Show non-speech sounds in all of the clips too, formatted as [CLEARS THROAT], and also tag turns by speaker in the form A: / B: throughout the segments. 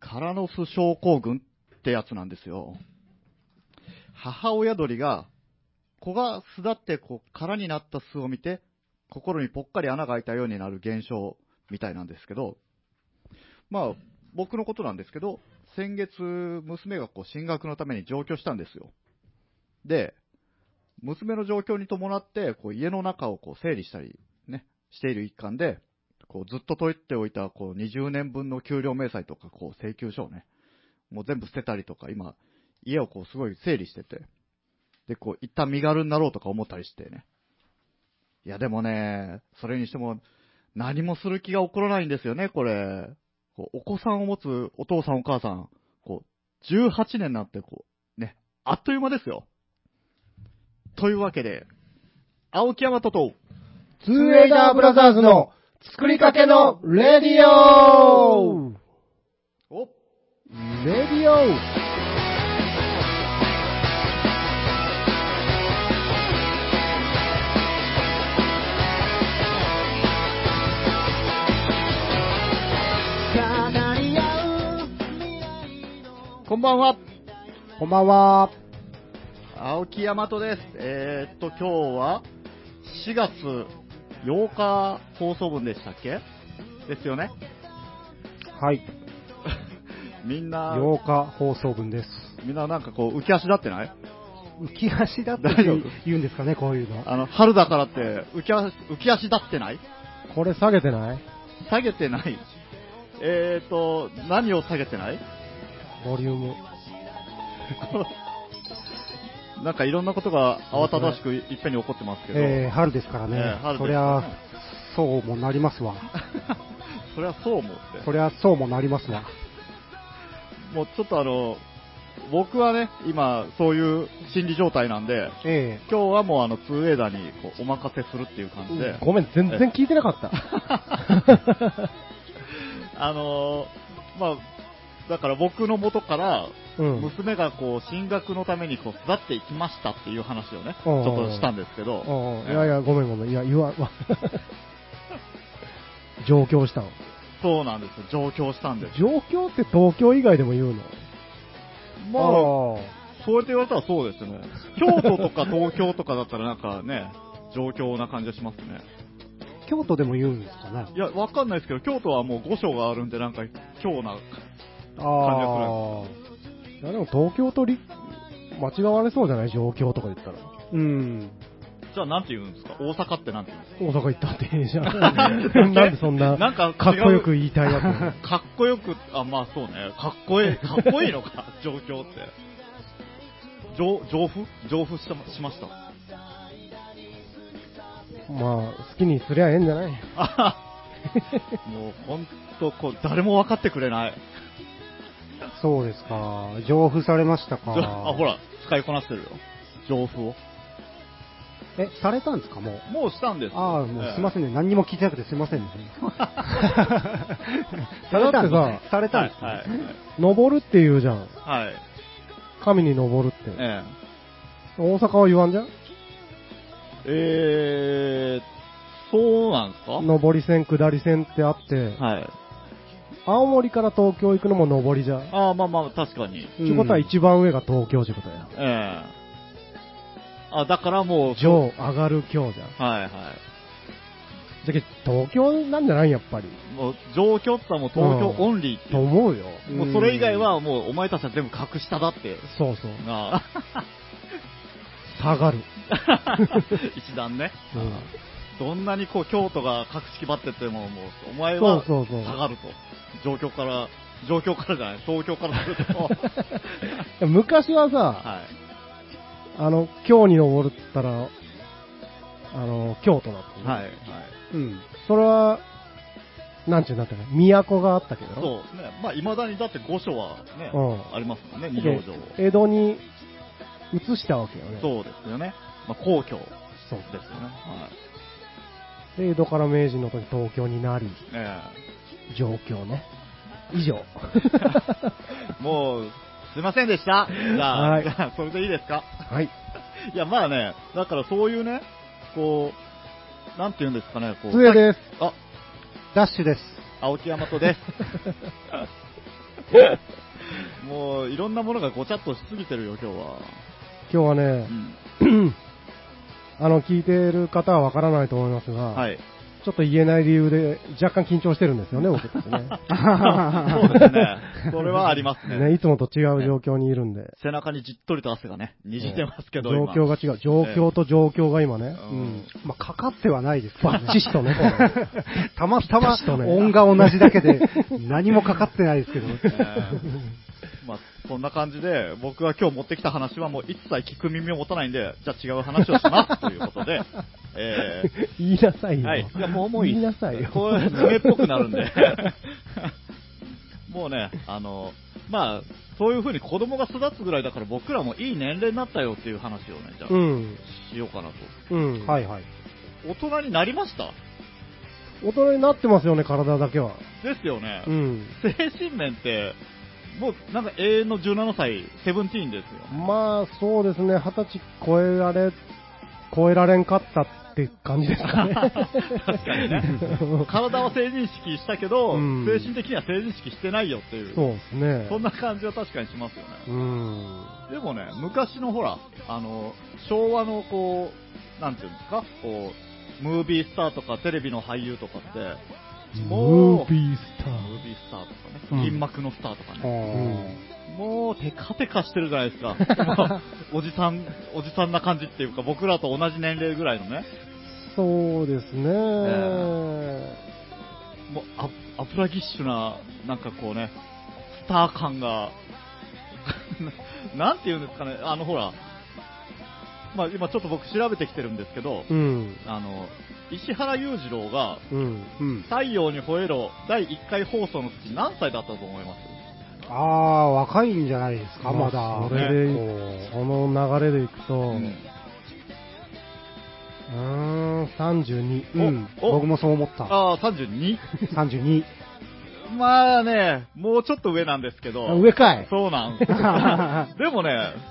A: タラノス症候群ってやつなんですよ。母親鳥が、子が巣立ってこう空になった巣を見て、心にぽっかり穴が開いたようになる現象みたいなんですけど、まあ、僕のことなんですけど、先月、娘がこう進学のために上京したんですよ。で、娘の状況に伴って、こう家の中をこう整理したり、ね、している一環で、こうずっと解いておいたこう20年分の給料明細とかこう請求書をね、もう全部捨てたりとか、今、家をこうすごい整理してて、で、こう一旦身軽になろうとか思ったりしてね。いや、でもね、それにしても、何もする気が起こらないんですよね、これ。こうお子さんを持つお父さんお母さん、こう、18年なんてこう、ね、あっという間ですよ。というわけで、青木山とと、
B: ツーエイダーブラザーズの作りかけのレディオ
A: お
B: レディオ
A: こんばんは、
B: こんばんは。
A: 青木山とです。えー、っと、今日は4月8日放送分でしたっけですよね。
B: はい。
A: みんな、
B: 8日放送分です。
A: みんななんかこう浮き足立ってない
B: 浮き足だって
A: 大丈夫
B: 言うんですかね、こういうの。
A: あの、春だからって浮き足、浮き足立ってない
B: これ下げてない
A: 下げてない。えーっと、何を下げてない
B: ボリューム。
A: こうなんかいろんなことが慌ただしくいっぺんに起こってますけど、
B: えー、春ですからね。
A: えー春です
B: そりゃ、そうもなりますわ。
A: [LAUGHS] それはそう思って。
B: そりゃ、そうもなりますわ。
A: もうちょっとあの、僕はね、今、そういう心理状態なんで、
B: え
A: 今日はもうあの、ツーウェイダーにこうお任せするっていう感じで、
C: ごめん、全然聞いてなかった。
A: あのーまあ、だから僕の元から、
C: [LAUGHS] うん。うん
A: 娘がこう、進学のためにこう、育っていきましたっていう話をね、ち
C: おうおう
A: ょっとしたんですけど、
C: いやいや、ごめんごめん。いや、言わんわ。 [LAUGHS] 上京したの。
A: そうなんです、上京したんです。
C: 上京って東京以外でも言うの
A: まあ、そうやって言われたらそうですね。京都とか東京とかだったらなんかね、状況な感じがしますね。
C: あ。京都でも言うんですかね。
A: いや、わかんないですけど、京都はもう5章があるんで、なんか、今日な、
C: ああ。いや、でも東京とり間違われそうじゃない上京とか言ったら。うん。
A: じゃあなんて言うんですか大阪ってなんて言うんです
C: 大阪行った
A: [LAUGHS]
C: っていいじゃ
A: か
C: ん。 [LAUGHS] なんでそんな、
A: なんか違う
C: かっこよく言いたい
A: [LAUGHS]
C: わけ。
A: かっこよく、あ、まあそうね。かっこ
C: [LAUGHS]
A: いい、かっこいいのか、状況って。上、上布上布したしま
C: [LAUGHS]
A: した。
C: まあ、好きにすりゃええんじゃない
A: あははもうほんと、こう、誰も分かってくれない。
C: そうですか。上付されましたか
A: [LAUGHS] あほら、使いこなしてるよ。上布を。
C: え、されたんですかもう。
A: もうしたんですよ
C: ああ、もうすいませんね。何にも聞いてなくてすい
A: [LAUGHS]
C: ませんね。
A: されたんです
C: だってさ、されたん
A: はい
C: ですか、
A: はい
C: 登るって言うじゃん。
A: はい。はい。
C: 神に登るって。
A: え
C: 大阪は言わんじゃん
A: え。えー、そうなんですか
C: 上り線、下り線ってあって、
A: はい。
C: 青森から東京行くのも上りじゃん。っ
A: ああ、まあまあ、確かに。
C: てことは
A: うん
C: 一番上が東京ってことや。
A: ええあ、だからもう、
C: 上、上がる今日じゃん。
A: はいはい。
C: じゃけ、東京なんじゃないやっぱり。
A: もう、上京ってのはもう東京オンリーって
C: と
A: いう。
C: 思うよ。
A: もうそれ以外はもう、お前たちは全部格下だって。
C: そうそう。
A: なあ [LAUGHS]
C: 下がる。
A: 一段ね。
C: うん
A: どんなにこう、京都が格式ばってても、もう、お前
C: そ
A: は
C: うそうそう。
A: 下がると。上京から、上京からじゃない、東京からすると。
C: [LAUGHS] 昔はさ、
A: はい。
C: あの、今日に登るったら、あの、京都だった、
A: はい、はい。
C: うん。それは、なんちゅうんだったか、都があったけど。
A: そうね。まあ、未だにだって五所はね、
C: うん
A: ありますもんね、
C: で
A: 二条城を。
C: 江戸に移したわけよね。う。
A: そうですよね。まあ、皇居です
C: そう
A: よね。はい。
C: で、江戸から明治の時東京になり、
A: え
C: 状況ね。以上。
A: え
C: [LAUGHS]
A: もう、すいませんでした。じゃあ、
C: はい
A: じゃあそれでいいですか [LAUGHS]
C: [LAUGHS] はい。
A: いや、まあね、だからそういうね、こう、なんて言うんですかね、こう。
C: 杖です。
A: あ、
C: [LAUGHS] ダッシュです。
A: 青木大和です。もういろんなものがごちゃっとしすぎてるよ、今日は。
C: 今日はね
A: [CLEARS THROAT] う、ん。
C: あの、聞いてる方はわからないと思いますが、
A: はい。
C: ちょっと言えない理由で若干緊張してるんです
A: [LAUGHS]
C: よね、僕ってね。
A: そうですね。それはあります
C: [LAUGHS]
A: ね。
C: ね、いつもと違う状況にいるんで。
A: 背中にじっとりと汗がね、にじってますけど、
C: 状況が違う。状況と状況が今ね。
A: 今。
D: う
A: うんん。
D: まあ、かかってはないですけど
C: バ
D: ね。
C: ッチシと
A: [LAUGHS]
C: ね。
D: たまたま
C: ピタッとね
D: 音が同じだけで、何もかかってないで
A: [LAUGHS]
D: すけど。
A: えー [LAUGHS] まあ、そんな感じで、僕は今日持ってきた話はもう一切聞く耳を持たないんで、じゃあ違う話をしますということ
C: [LAUGHS]
A: で、え
C: 言いなさい
A: ー
C: よ。
A: はい。いや、もうもういい。
C: 言いなさいよ。
A: こう、爪っぽくなるんで。もうね、あの、まあ、そういう風に子供が育つぐらいだから僕らもいい年齢になったよっていう話をね、じゃあ、
C: [LAUGHS] うん。
A: しようかなと。
C: うん。
D: はいはい。
A: 大人になりました
C: 大人になってますよね、体だけは。
A: ですよね。
C: うん。
A: 精神面って、もうなんか永遠の17歳、セブンティーンですよ。
C: まあ、そうですね、二十歳超えられ、超えられんかったって感じですか
A: [LAUGHS]
C: ね。
A: 確かにね。体は成人式したけど、
C: うん
A: 精神的には成人式してないよっていう。
C: そうですね。
A: そんな感じは確かにしますよね。
C: うん。
A: でもね、昔のほら、あの、昭和のこう、なんていうんですか、こう、ムービースターとかテレビの俳優とかって、
C: ム
A: も
C: ー
A: う、ムービー
C: ビースター。
A: スターとか
C: うん
A: ね、銀幕のスターとかね、
C: うん
A: もうテカテカしてるじゃないですか。 [LAUGHS] まあおじさん、おじさんな感じっていうか、僕らと同じ年齢ぐらいのね、
C: そうですね。
A: もうアアプラギッシュな、なんかこうね、スター感が、 [LAUGHS] なんていうんですかね、あのほら、まあ今ちょっと僕調べてきてるんですけど、
C: うん。
A: あの、石原裕次郎が、
C: うん。
D: うん。
A: 太陽に吠えろ第1回放送の時何歳だったと思います
D: ああ、若いんじゃないですか、まだ。
C: それで、
D: こ
C: その流れでいくと、うーん、32。
D: ううん。
A: おお
D: 僕もそう思った。
A: ああ、32。
D: [LAUGHS] 32。
A: まあね、もうちょっと上なんですけど。
D: 上かい。
A: そうなんです
D: [LAUGHS]
A: でもね、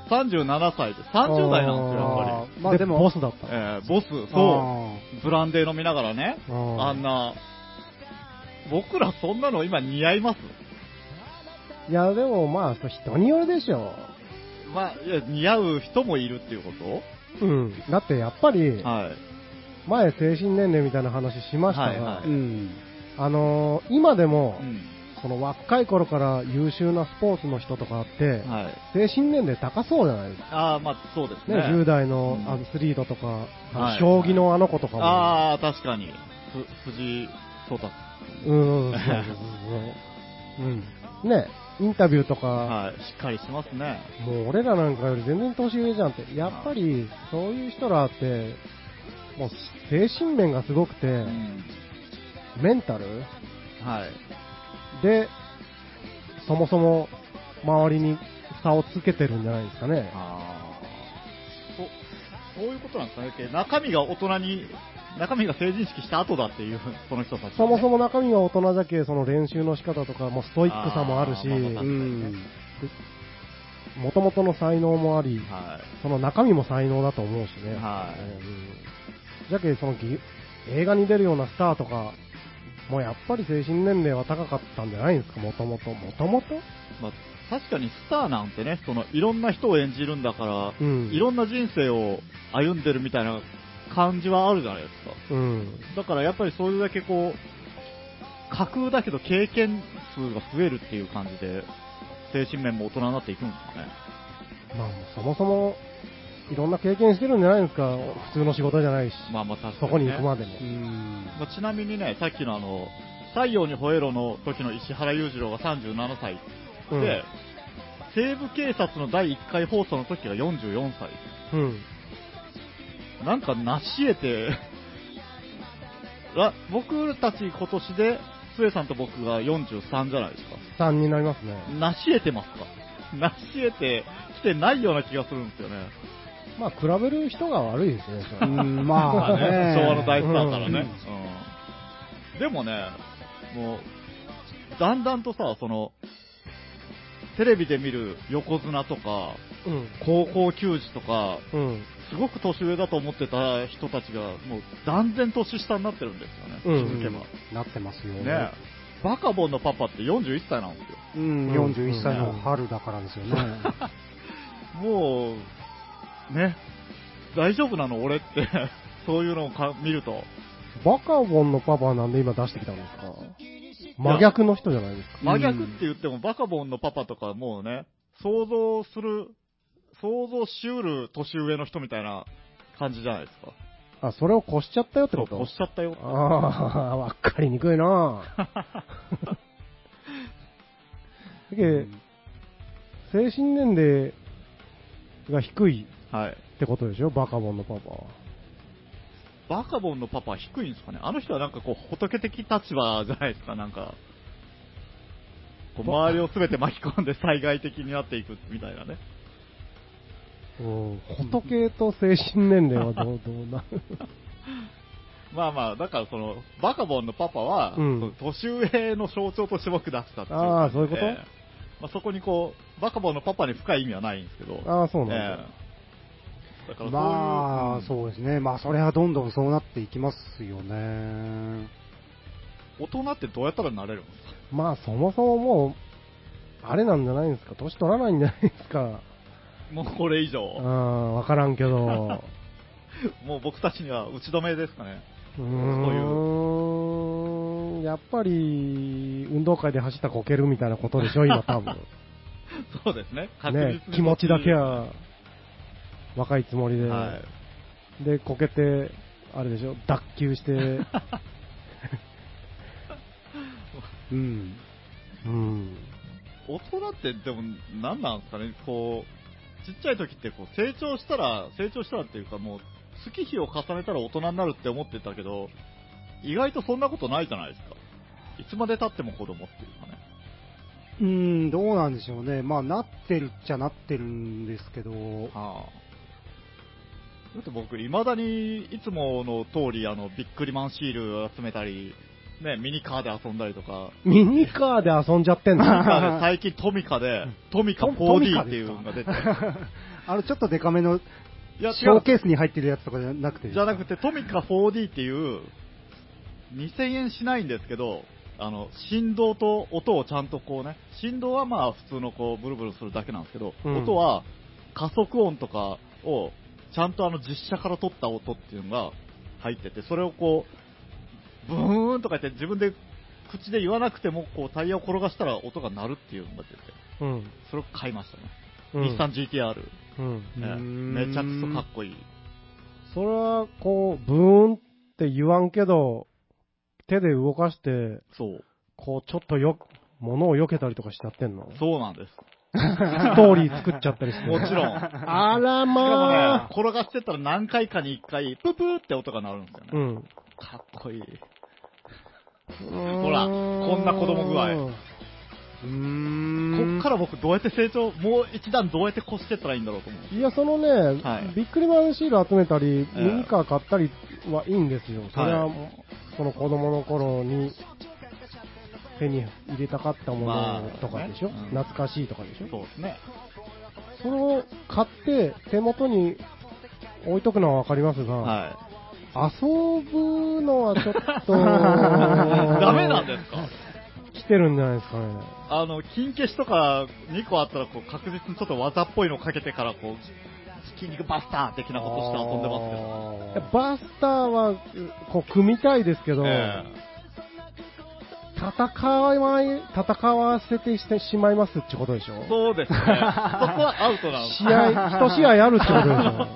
A: 37歳で、30代なんですよ、やっぱり。
D: まあ
C: で
D: でも
C: ボスだった。
A: えーボス、そ
D: あ
A: う、ブランデー飲みながらね、
C: あ
A: あんな、僕らそんなの今似合います
C: いや、でもまあ、そう人によるでしょ
A: まあ、いや、似合う人もいるっていうこと
C: う。うん。だってやっぱり、
A: はい。
C: 前精神年齢みたいな話しましたが、
A: はいは
D: ー。うん。
C: あのー今でも、
A: うん。
C: その若い頃から優秀なスポーツの人とかって、
A: はい。
C: 精神年齢高そうじゃないですか。
A: ああ、まあ、そうです
C: ね、
A: ね。
C: 10代の
A: うん
C: アスリートとか、あの
A: はい
C: 将棋のあの子とかも、
A: ああ、確かに。ふ藤井聡太。
C: うん、そうそうそうそううんね、インタビューとか、
A: はい。しっかりしてますね。
C: もう俺らなんかより全然年上じゃんって、やっぱりそういう人らって、もう精神面がすごくて、
A: うん。
C: メンタル
A: はい。
C: で、そもそも周りに差をつけてるんじゃないですかね。
A: ああ。そ、そういうことなんですかね。け中身が大人に、中身が成人式した後だっていう、その人たち、ね。
C: そもそ
A: も、
C: も中身が大人だけ、その練習の仕方とか、もうストイックさもあるし、
A: あーまあ
D: う
A: ま
D: ん。
C: もともとの才能もあり、
A: は
C: その中身も才能だと思うしね。
A: はい
C: うんじゃけそのぎ映画に出るようなスターとか、もうやっぱり精神年齢は高かったんじゃないんですか、もともと。もともと
A: い。まあ、確かにスターなんてね、その、いろんな人を演じるんだから、
C: うん。
A: いろんな人生を歩んでるみたいな感じはあるじゃないですか。
C: うん。
A: だからやっぱりそれだけこう、架空だけど経験数が増えるっていう感じで、精神面も大人になっていくんですかね。
C: まあ、そもそも、いろんな経験してるんじゃないんですか、普通の仕事じゃないし、
A: まあまあ確かに、ね。
C: そこに行くまでも。
D: うん。
A: まあちなみにね、さっきのあの、太陽に吠えろの時の石原裕次郎が37歳で、
C: うん
A: 西部警察の第1回放送の時が44歳。
C: うん。
A: なんか成し得て、 [LAUGHS] ら僕たち今年で、末さんと僕が43じゃないですか。
C: 3になりますね。
A: なし得てますかなし得てきてないような気がするんですよね。
C: まあ、比べる人が悪いですね、それ
D: う
C: は
D: ん
A: ま
D: ま
A: あ
D: あ
A: ね
D: ね。
A: 昭和の大スターからね。
D: う
A: うんでもね、もう、だんだんとさ、その、テレビで見る横綱とか、
C: うん。
A: 高校球児とか、
C: うん。
A: すごく年上だと思ってた人たちが、もう断然年下になってるんですよね、
C: うん
A: 気づけば。
D: なってますよ。
A: ねバカボンのパパって41歳なんですよ。
D: うん、
C: うん
D: 41歳の春だからですよね。
A: もう、ね、大丈夫なの俺って、 [LAUGHS] そういうのをか見ると。
C: バカボンのパパはなんで今出してきたんですか真逆の人じゃないですか。
A: 真逆って言っても、バカボンのパパとかもうね、想像する、想像しうる年上の人みたいな感じじゃないですか。
C: あ、それを越しちゃったよっ
A: そ
C: てこ
A: う、
C: と
A: おっしゃったよ。
C: ああ、わかりにくいなだけど精神年齢が低い
A: [LAUGHS] はい。
C: ってことでしょ、バカボンのパパは。
A: バカボンのパパは低いんですかねあの人はなんかこう、仏的立場じゃないですか、なんか。こう周りを全て巻き込んで災害的になっていくみたいなね。
C: うん、仏と精神年齢は [LAUGHS] どうどうなる
A: まあまあ、だからその、バカボンのパパは、
C: うん
A: その年上の象徴として僕出したっていう
C: あーそういうこと
A: ええまあ、そこにこう、バカボンのパパに深い意味はないんですけど。
C: ああ、そうなんだ。
A: ええだからそういう
D: まあ、
A: うん
D: そうですね。まあ、それはどんどんそうなっていきますよね。
A: 大人ってどうやったらなれるんですか
C: まあ、そもそももう、あれなんじゃないんですか、年取らないんじゃないですか。
A: もうこれ以上、
C: うん、わからんけ [LAUGHS] ど。
A: もう僕たちには打ち止めですかね。
C: うーん、やっぱり、運動会で走ったこけるみたいなことでしょ、今多分。
A: [LAUGHS] そうですね。確実に
C: ね、気持ちだけは、若いつもりで。
A: はい。
C: で、こけて、あれでしょ、脱
A: [LAUGHS]
C: 臼して、
D: うん。
C: うん。
A: 大人ってでも何なんですかね、こう、ちっちゃい時ってこう成長したら、成長したらっていうかもう、月日を重ねたら大人になるって思ってたけど、意外とそんなことないじゃないですか。いつまで経っても子供っていうかね。
D: うん、どうなんでしょうね。まあ、なってるっちゃなってるんで
A: [LAUGHS]
D: すけど、
A: はあ、だって僕、いまだにいつもの通り、あの、ビックリマンシールを集めたり、ね、ミニカーで遊んだりと
C: [LAUGHS]
A: か、
C: ミニカーで遊んじゃってんの
A: なんかね最近トミカで、トミカ 4D っていうのが出て、
D: [LAUGHS] あの、ちょっとデカめのシ
A: いや違
D: ョ
A: う
D: ーケースに入ってるやつとかじゃなくてです
A: じ
D: か
A: ゃなくて、トミカ 4D っていう、2000円しないんですけど、あの、振動と音をちゃんとこうね、振動はまあ普通のこう、ブルブルするだけなんですけど、
C: うん
A: 音は加速音とかを、ちゃんとあの実写から撮った音っていうのが入ってて、それをこう、ブーンとか言って自分で口で言わなくても、こうタイヤを転がしたら音が鳴るっていうのが出て、
C: [LAUGHS] うん。
A: それを買いましたね。
C: うん
A: 日産 GTR、
C: うん。
A: ええ
D: うーん
A: めちゃくそかっこいい。
C: それは、こう、ブーンって言わんけど、手で動かして、
A: そう。
C: こう、ちょっとよ、物を避けたりとかしちゃってんのス
A: そうなんです。
C: トーリー作っちゃったりして。
A: もちろん。
C: あら
A: しかもね
C: まあ。、
A: 転がしてったら何回かに1回、プープーって音が鳴るんですよね。
C: うん。
A: かっこいい。
C: ほ
A: らこんな子供具合
D: うーん
A: こっから僕どうやって成長、もう一段どうやって越してったらいいんだろうと思う。
C: いや、そのね、
A: はい
C: ビックリマンシール集めたり、
A: ええ
C: ミニカー買ったりはいいんですよ。それは、その子供の頃に手に入れたかったものとかでしょ、
A: まあねうん
C: 懐かしいとかでしょ
A: そうですね。
C: それを買って手元に置いとくのはわかりますが、
A: は
C: 遊ぶのはちょっと、
A: い。 [LAUGHS] ダメなんですか
C: 来てるんじゃないですかね。
A: あの、金消しとか2個あったらこう確実にちょっと技っぽいのをかけてからこう、筋肉バスター的なことして遊んでますけど。
C: バスターは、こう、組みたいですけど、
A: え
C: 戦わい、戦わせてしてしまいますってことでしょ
A: えそうですね。そこはアウトなんです
C: 試合、一試合あるってことで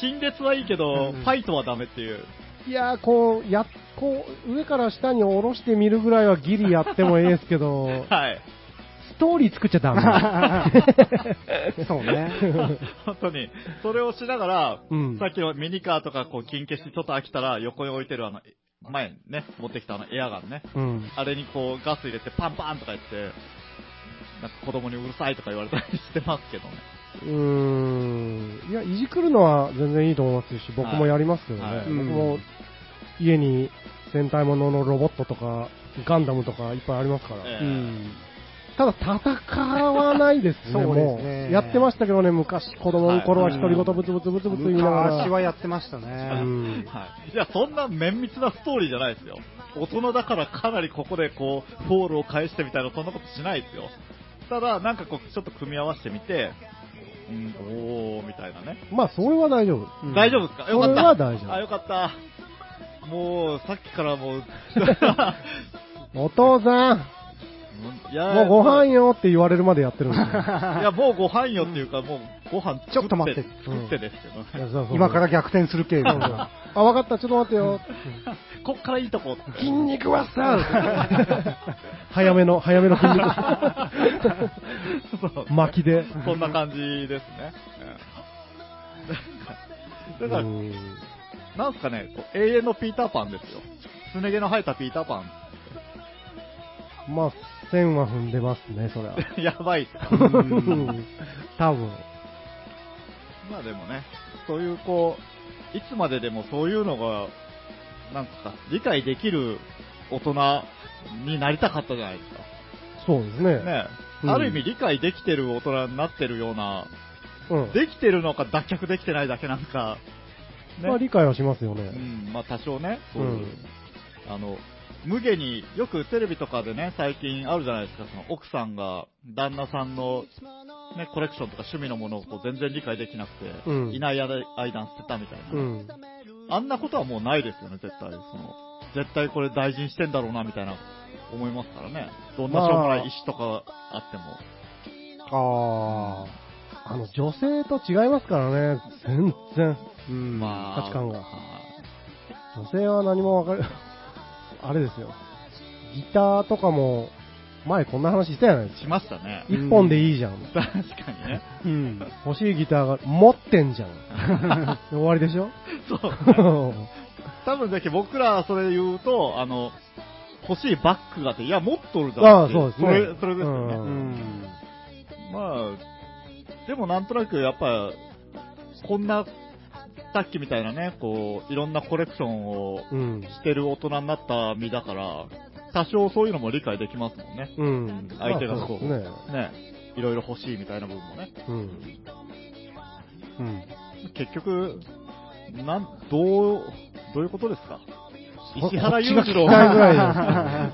A: 陳列はいいけど、ファイトはダメっていう。、
C: しょ [LAUGHS] いやー、こう、や、こう、上から下に下ろしてみるぐらいはギリやってもええですけ [LAUGHS] ど
A: はい。
C: ストーリー作っちゃダ [LAUGHS] メ。
D: [LAUGHS] そうね。
A: [LAUGHS] 本当に。それをしながら、
C: うん
A: さっきのミニカーとか、こう、金消し、ちょっと飽きたら、横に置いてるあの、前にね、持ってきたあのエアガンね。
C: うん。
A: あれにこう、ガス入れてパンパンとか言って、なんか子供にうるさいとか言われたりしてますけどね。
C: うーん。いや、いじくるのは全然いいと思いますし、僕もやりますけどね。
A: はいはい
C: 僕も、家に戦隊もののロボットとか、ガンダムとかいっぱいありますから。
A: ええ
D: うん。
C: ただ戦わないですね、
D: そうですね
C: もう。やってましたけどね、昔、子供の頃は独り言ブツブツブツブツ言いながら。
D: 昔はやってましたね。
C: うん
A: はい、いや、そんな綿密なストーリーじゃないですよ。大人だからかなりここでこう、フォールを返してみたいな、そんなことしないですよ。ただ、なんかこう、ちょっと組み合わせてみて、うん、おー、みたいなね。
C: まあ、それは大丈夫。
D: うん
A: 大丈夫ですかよか
C: そ
A: っ
C: れ
A: た。
C: は大丈夫
A: あ、よかった。もう、さっきからも
C: [LAUGHS]
A: う、
C: お父さん、
A: いや
C: もうご飯よって言われるまでやってるんですよ
A: [LAUGHS] いや、もうご飯よっていうか、もうご飯作
D: ちょっと待って
A: 作ってですけどね。
C: いやそうそうそう
D: 今から逆転する系
C: そうそうあ、わかった、ちょっと待ってよ。
A: [LAUGHS] こっからいいとこ。
C: 筋肉はさ、早めの、早めの筋肉。
A: [LAUGHS] そう
C: 巻きで。
A: そんな感じですね。うんだから、
C: うん
A: なんすかね、こう永遠のピーターパンですよ。すね毛の生えたピーター
C: [LAUGHS]
A: パ
C: まあ、線は踏んでますね、そりゃ。
A: ン。やばいっすか。
C: うん [LAUGHS] 多分。
A: まあでもね、そういうこう、いつまででもそういうのが、なんすか、理解できる大人になりたかったじゃないですか。
C: そうですね。
A: ねえ、
C: うん
A: ある意味理解できてる大人になってるような、
C: うん。
A: できてるのか脱却できてないだけなんか、ね
C: まあ、理解はしますよ
A: う
C: ね。
A: ん、まあ多少ね、そういううんあの、無下によくテレビとかでね、最近あるじゃないですか、その奥さんが旦那さんの、ね、コレクションとか趣味のものをこう全然理解できなくて、
C: うん
A: いない間間捨てたみたいな、
C: うん。
A: あんなことはもうないですよね、絶対。その絶対これ大事にしてんだろうな、みたいな、思いますからね。どんなしょうもない石とかあっても。
C: ああ。あの、女性と違いますからね。全然。
D: うん
A: まあ、
C: 価値観が
A: はい
C: 女性は何もわかる。 [LAUGHS] あれですよ。ギターとかも、前こんな話したじゃないですか。
A: しましたね。
C: 一本でいいじゃん。
A: 確かにね。
D: うん
C: 欲しいギターが、持ってんじゃん。 [LAUGHS] で終わり
A: [LAUGHS]
C: でしょ
A: そう。多分だけど僕らそれ言うと、あの、欲しいバッグがあって、いや、持っとるだろってい
C: ああそうですね
A: それ、それですよね。
C: う
D: うんん
A: まあ、でもなんとなくやっぱ、こんな、さっきみたいなね、こう、いろんなコレクションを
C: うん。
A: してる大人になった身だから、多少そういうのも理解できますもんね。
C: うん。
A: 相手がこう、
C: まあ
A: ねいろいろ欲しいみたいな部分もね。
C: そうですね。
D: うん
A: 結局、なん、どう、どういうことですか石原裕次郎
C: こっちが聞きたいぐらい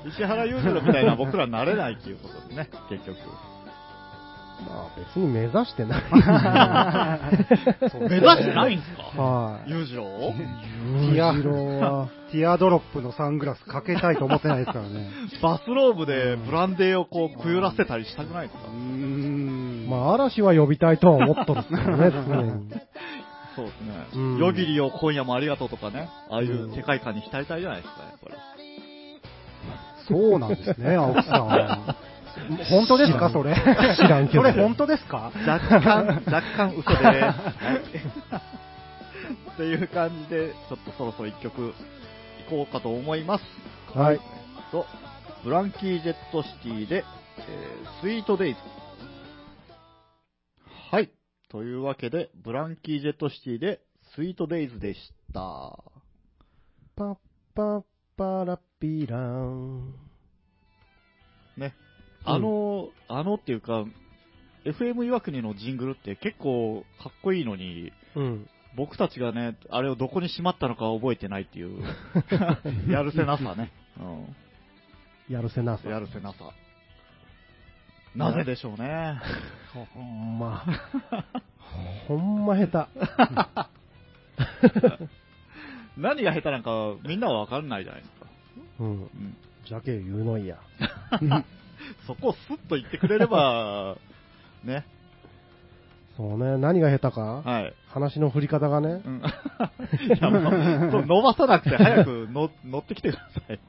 A: 石原裕次郎みたいな僕らなれないっていうことですね、結局。
C: うん。まあ別に目指してない。
A: 目指してないんですか
C: はい。
A: 裕次郎を [LAUGHS]
C: 裕次郎は、
D: ティアドロップのサングラスかけたいと思ってないですからね。
A: バスローブでブランデーをこう、くゆらせたりしたくないです
D: う
A: か
D: ーん。
C: まあ嵐は呼びたいとは思っとるっすけどね、
A: [LAUGHS]
C: 常に。
A: そうです
C: う
A: ね。
C: ん
A: 夜霧を今夜もありがとうとかね、ああいううん世界観に浸りたいじゃないですか、やっぱり。
D: そうなんです [LAUGHS] ね、青木さん。本当ですか、それ。
C: 知らんけど
D: それ本当ですか
A: 若干、若干嘘でーす。っていう感じで、ちょっとそろそろ一曲、いこうかと思います。
C: はい。
A: と、ブランキー・ジェット・シティで、えースイート・デイズ。はい。というわけで、ブランキー・ジェット・シティで、スイート・デイズでした。
C: パッパッパラピラン。
A: ね。あの、あのっていうか、FM 岩国のジングルって結構かっこいいのに、
C: うん。
A: 僕たちがね、あれをどこにしまったのか覚えてないって [LAUGHS] いう、やるせなさね。う
C: やるせなさ。
A: ん。やるせなさ。なぜでしょうね。
C: ほんま。ほんま下手。
A: [LAUGHS] 何が下手なんかみんなはわかんないじゃないですか。
C: うん。
A: うん。
C: じゃけ言うのいや。
A: そこをスッと言ってくれれ [LAUGHS] ば、ね。
C: そうね、何が下手か、
A: はい。
C: 話の振り方がね
A: う。ん。 [LAUGHS] いや、もうそう伸ばさなくて早くの乗ってきてくださいよ。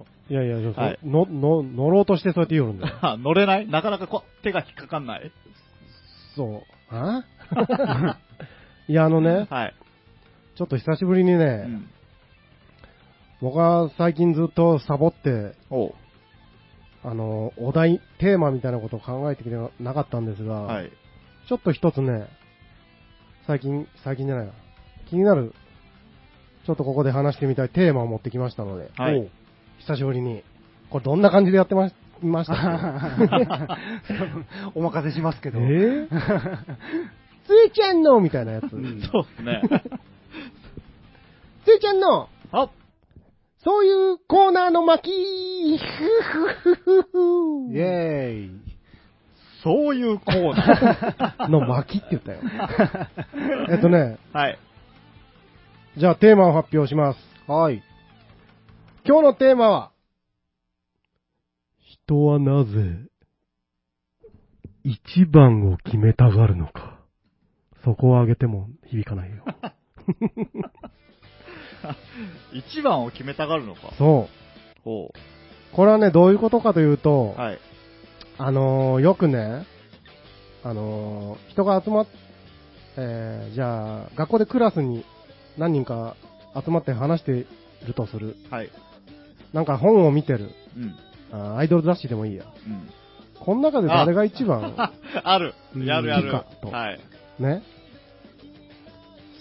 C: いやいや、
A: は
C: はいの、の、乗ろうとしてそうやって言うんだよ。
A: [LAUGHS] あ乗れないなかなかこう手が引っかかんない。
C: そう。あいや、あのね、
A: はい。
C: ちょっと久しぶりにね、
A: うん。
C: 僕は最近ずっとサボって、
A: おう
C: あの、お題、テーマみたいなことを考えてきてなかったんですが、
A: はい。
C: ちょっと一つね、最近、最近じゃないな、気になる、ちょっとここで話してみたいテーマを持ってきましたので、
A: はい
C: おう久しぶりに、これどんな感じでやってましいました
D: [LAUGHS] [LAUGHS] お任せしますけ
C: け
D: ど。
C: ど。えー、 [LAUGHS] つーちゃんのみたいなやつ。
D: ん
A: そうです [LAUGHS] ね。
C: つーちゃんの
A: あ
C: そういうコーナーの巻ふふふふ
D: イェーイ。
A: そういうコーナ
C: の巻って言ったよ。えっとね、
A: ー。はい。
C: じゃあテーマを発表します。
D: はい。
C: 今日のテーマは、人はなぜ、一番を決めたがるのか。そこを上げても響かないよ。
A: 一番を決めたがるのか。
C: そ
A: ほ
C: う。これはね、どういうことかというと、
A: う。はい。
C: あのーよくね、あのー人が集まっ、えーじゃあ、学校でクラスに何人か集まって話しているとする。
A: はい。
C: なんか本を見てる。
A: うん。
C: あーアイドル雑誌でもいいや。
A: うん。
C: この中で誰が一番、
A: [LAUGHS] ある。やるや
C: い
A: る。
C: いかと
A: はい。
C: ね。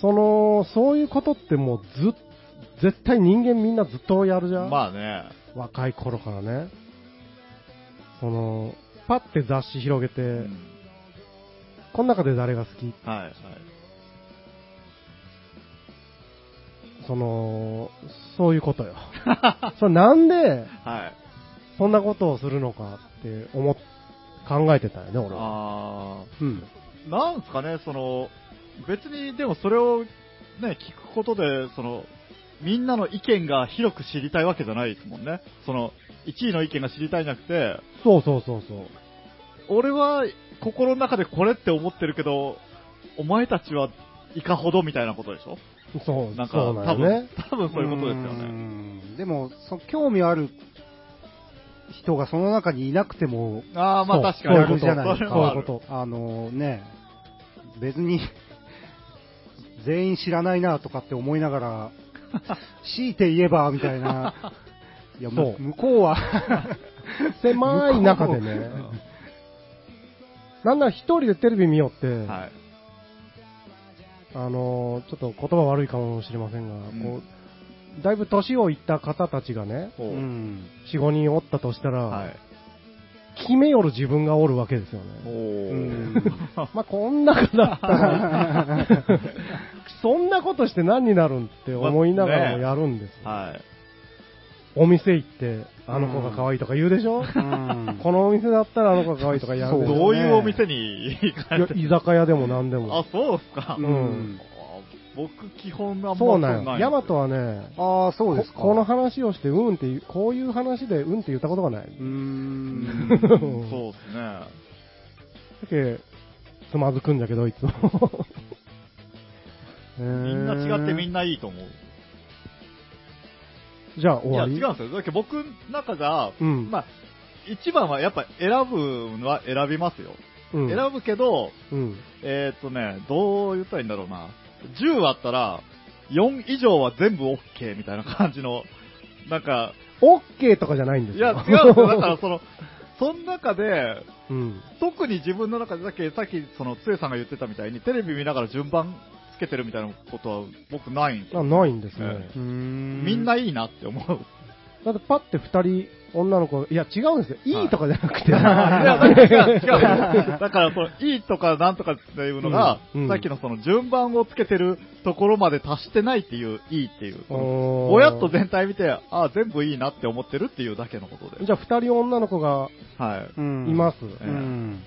C: その、そういうことってもうずっ、絶対人間みんなずっとやるじゃん。
A: まあね。
C: 若い頃からね。その、パッて雑誌広げて、
A: うん
C: この中で誰が好き
A: はい。はい。
C: その、そういうこ
A: [LAUGHS]
C: とよ。それなんで、
A: はい。
C: そんなことをするのかって思っ、考えてたよね、俺は。
A: あ
C: うん。
A: ーなんすかね、その、別に、でもそれをね、聞くことで、その、みんなの意見が広く知りたいわけじゃないですもんね。その、1位の意見が知りたいんじゃなくて、
C: そうそうそうそう。
A: 俺は心の中でこれって思ってるけど、お前たちはいかほどみたいなことでしょ
C: そう、
A: なんか、
C: そうな
A: 多
C: んよ
A: 分
C: ね。、
A: 多分そういうことですよね。
D: ね。でも、その興味ある人がその中にいなくても、
A: ああ、まあ確かに。
C: そう
D: やるじゃない
A: それ
D: ですか。
A: はあ
C: そ
A: る
C: ういうこと
D: あのね、別に、 [LAUGHS] 全員知らないなとかって思いな
C: [LAUGHS]
D: がら、強いて言えば、みたいな。いや、も
C: そう
D: う向こうは
C: [LAUGHS] 狭い中でね。 [LAUGHS] なんなら一人でテレビ見よって、
A: はい。
C: あのーちょっと言葉悪いかもしれませんが、
A: うん
C: こう、だいぶ年をいった方たちがね、
A: ほ
D: う
A: う。
D: ん。
C: 4、5人おったとしたら、
A: はい。
C: 決めよる自分がおるわけですよ
A: お
C: ね。
A: ー
D: うん
C: まあ、こん中だったら、そんなことして何になるんって思いながらもやるんですよ。 [LAUGHS]
A: はい。
C: お店行って、あの子が可愛いとか言うでしょ、
D: うん
C: このお店だったらあの子が可愛いとかやるでし
A: ど
C: ょ
A: ういうお店に行かれて
C: いや居酒屋でも何でも。
A: あ、そうっすか。
C: ん
D: うん
A: あ僕、基本あんま
C: そうなん
A: な
C: よ。
A: い
C: ヤマトはね、
D: ああ、そうですか。
C: ここの話をして、うんっていう、こういう話でうんって言ったことがない。
D: うー。
A: うん
C: [LAUGHS]
A: んそうっすね。
C: だけ、つまずくんだけど、いつも。
A: [LAUGHS] みんな違ってみんないいと思う。
C: じゃあ終
A: い
C: わ
A: や、
C: り
A: 違うんですよ。だけど僕の中が、
C: うん
A: まあ、一番はやっぱ選ぶのは選びますよ。
C: うん。
A: 選ぶけど、
C: うん。
A: えーっとね、どう言ったらいいんだろうな。10あったら、4以上は全部 OK みたいな感じの、なんか、
C: オッケーとかじゃないんで
A: い
C: す
A: や、
C: よ。
A: 違うんですよ。だからその、その中で、
C: [LAUGHS] うん。
A: 特に自分の中でだけ、さっき、その、つえさんが言ってたみたいに、テレビ見ながら順番つけてるみたいなことは、僕ないんですよ。
C: あないんですね。
A: え
D: み
A: みんないいなって思う。
C: だってパッて二人、女の子、いや違うんですよ。
A: はい
C: いいとかじゃなく
A: い
C: て。
A: や、違う、違う。
C: [LAUGHS]
A: だから、その、いいとかなんとかっていうのが、
C: うんうん
A: さっきのその、順番をつけてるところまで達してないっていう、いいっていう。 [LAUGHS]
C: おー
A: ぼやっと全体見て、ああ、全部いいなって思ってるっていうだけのことで。
C: じゃあ二人女の子が
A: はい。
D: うん
C: います。
A: え
D: うん。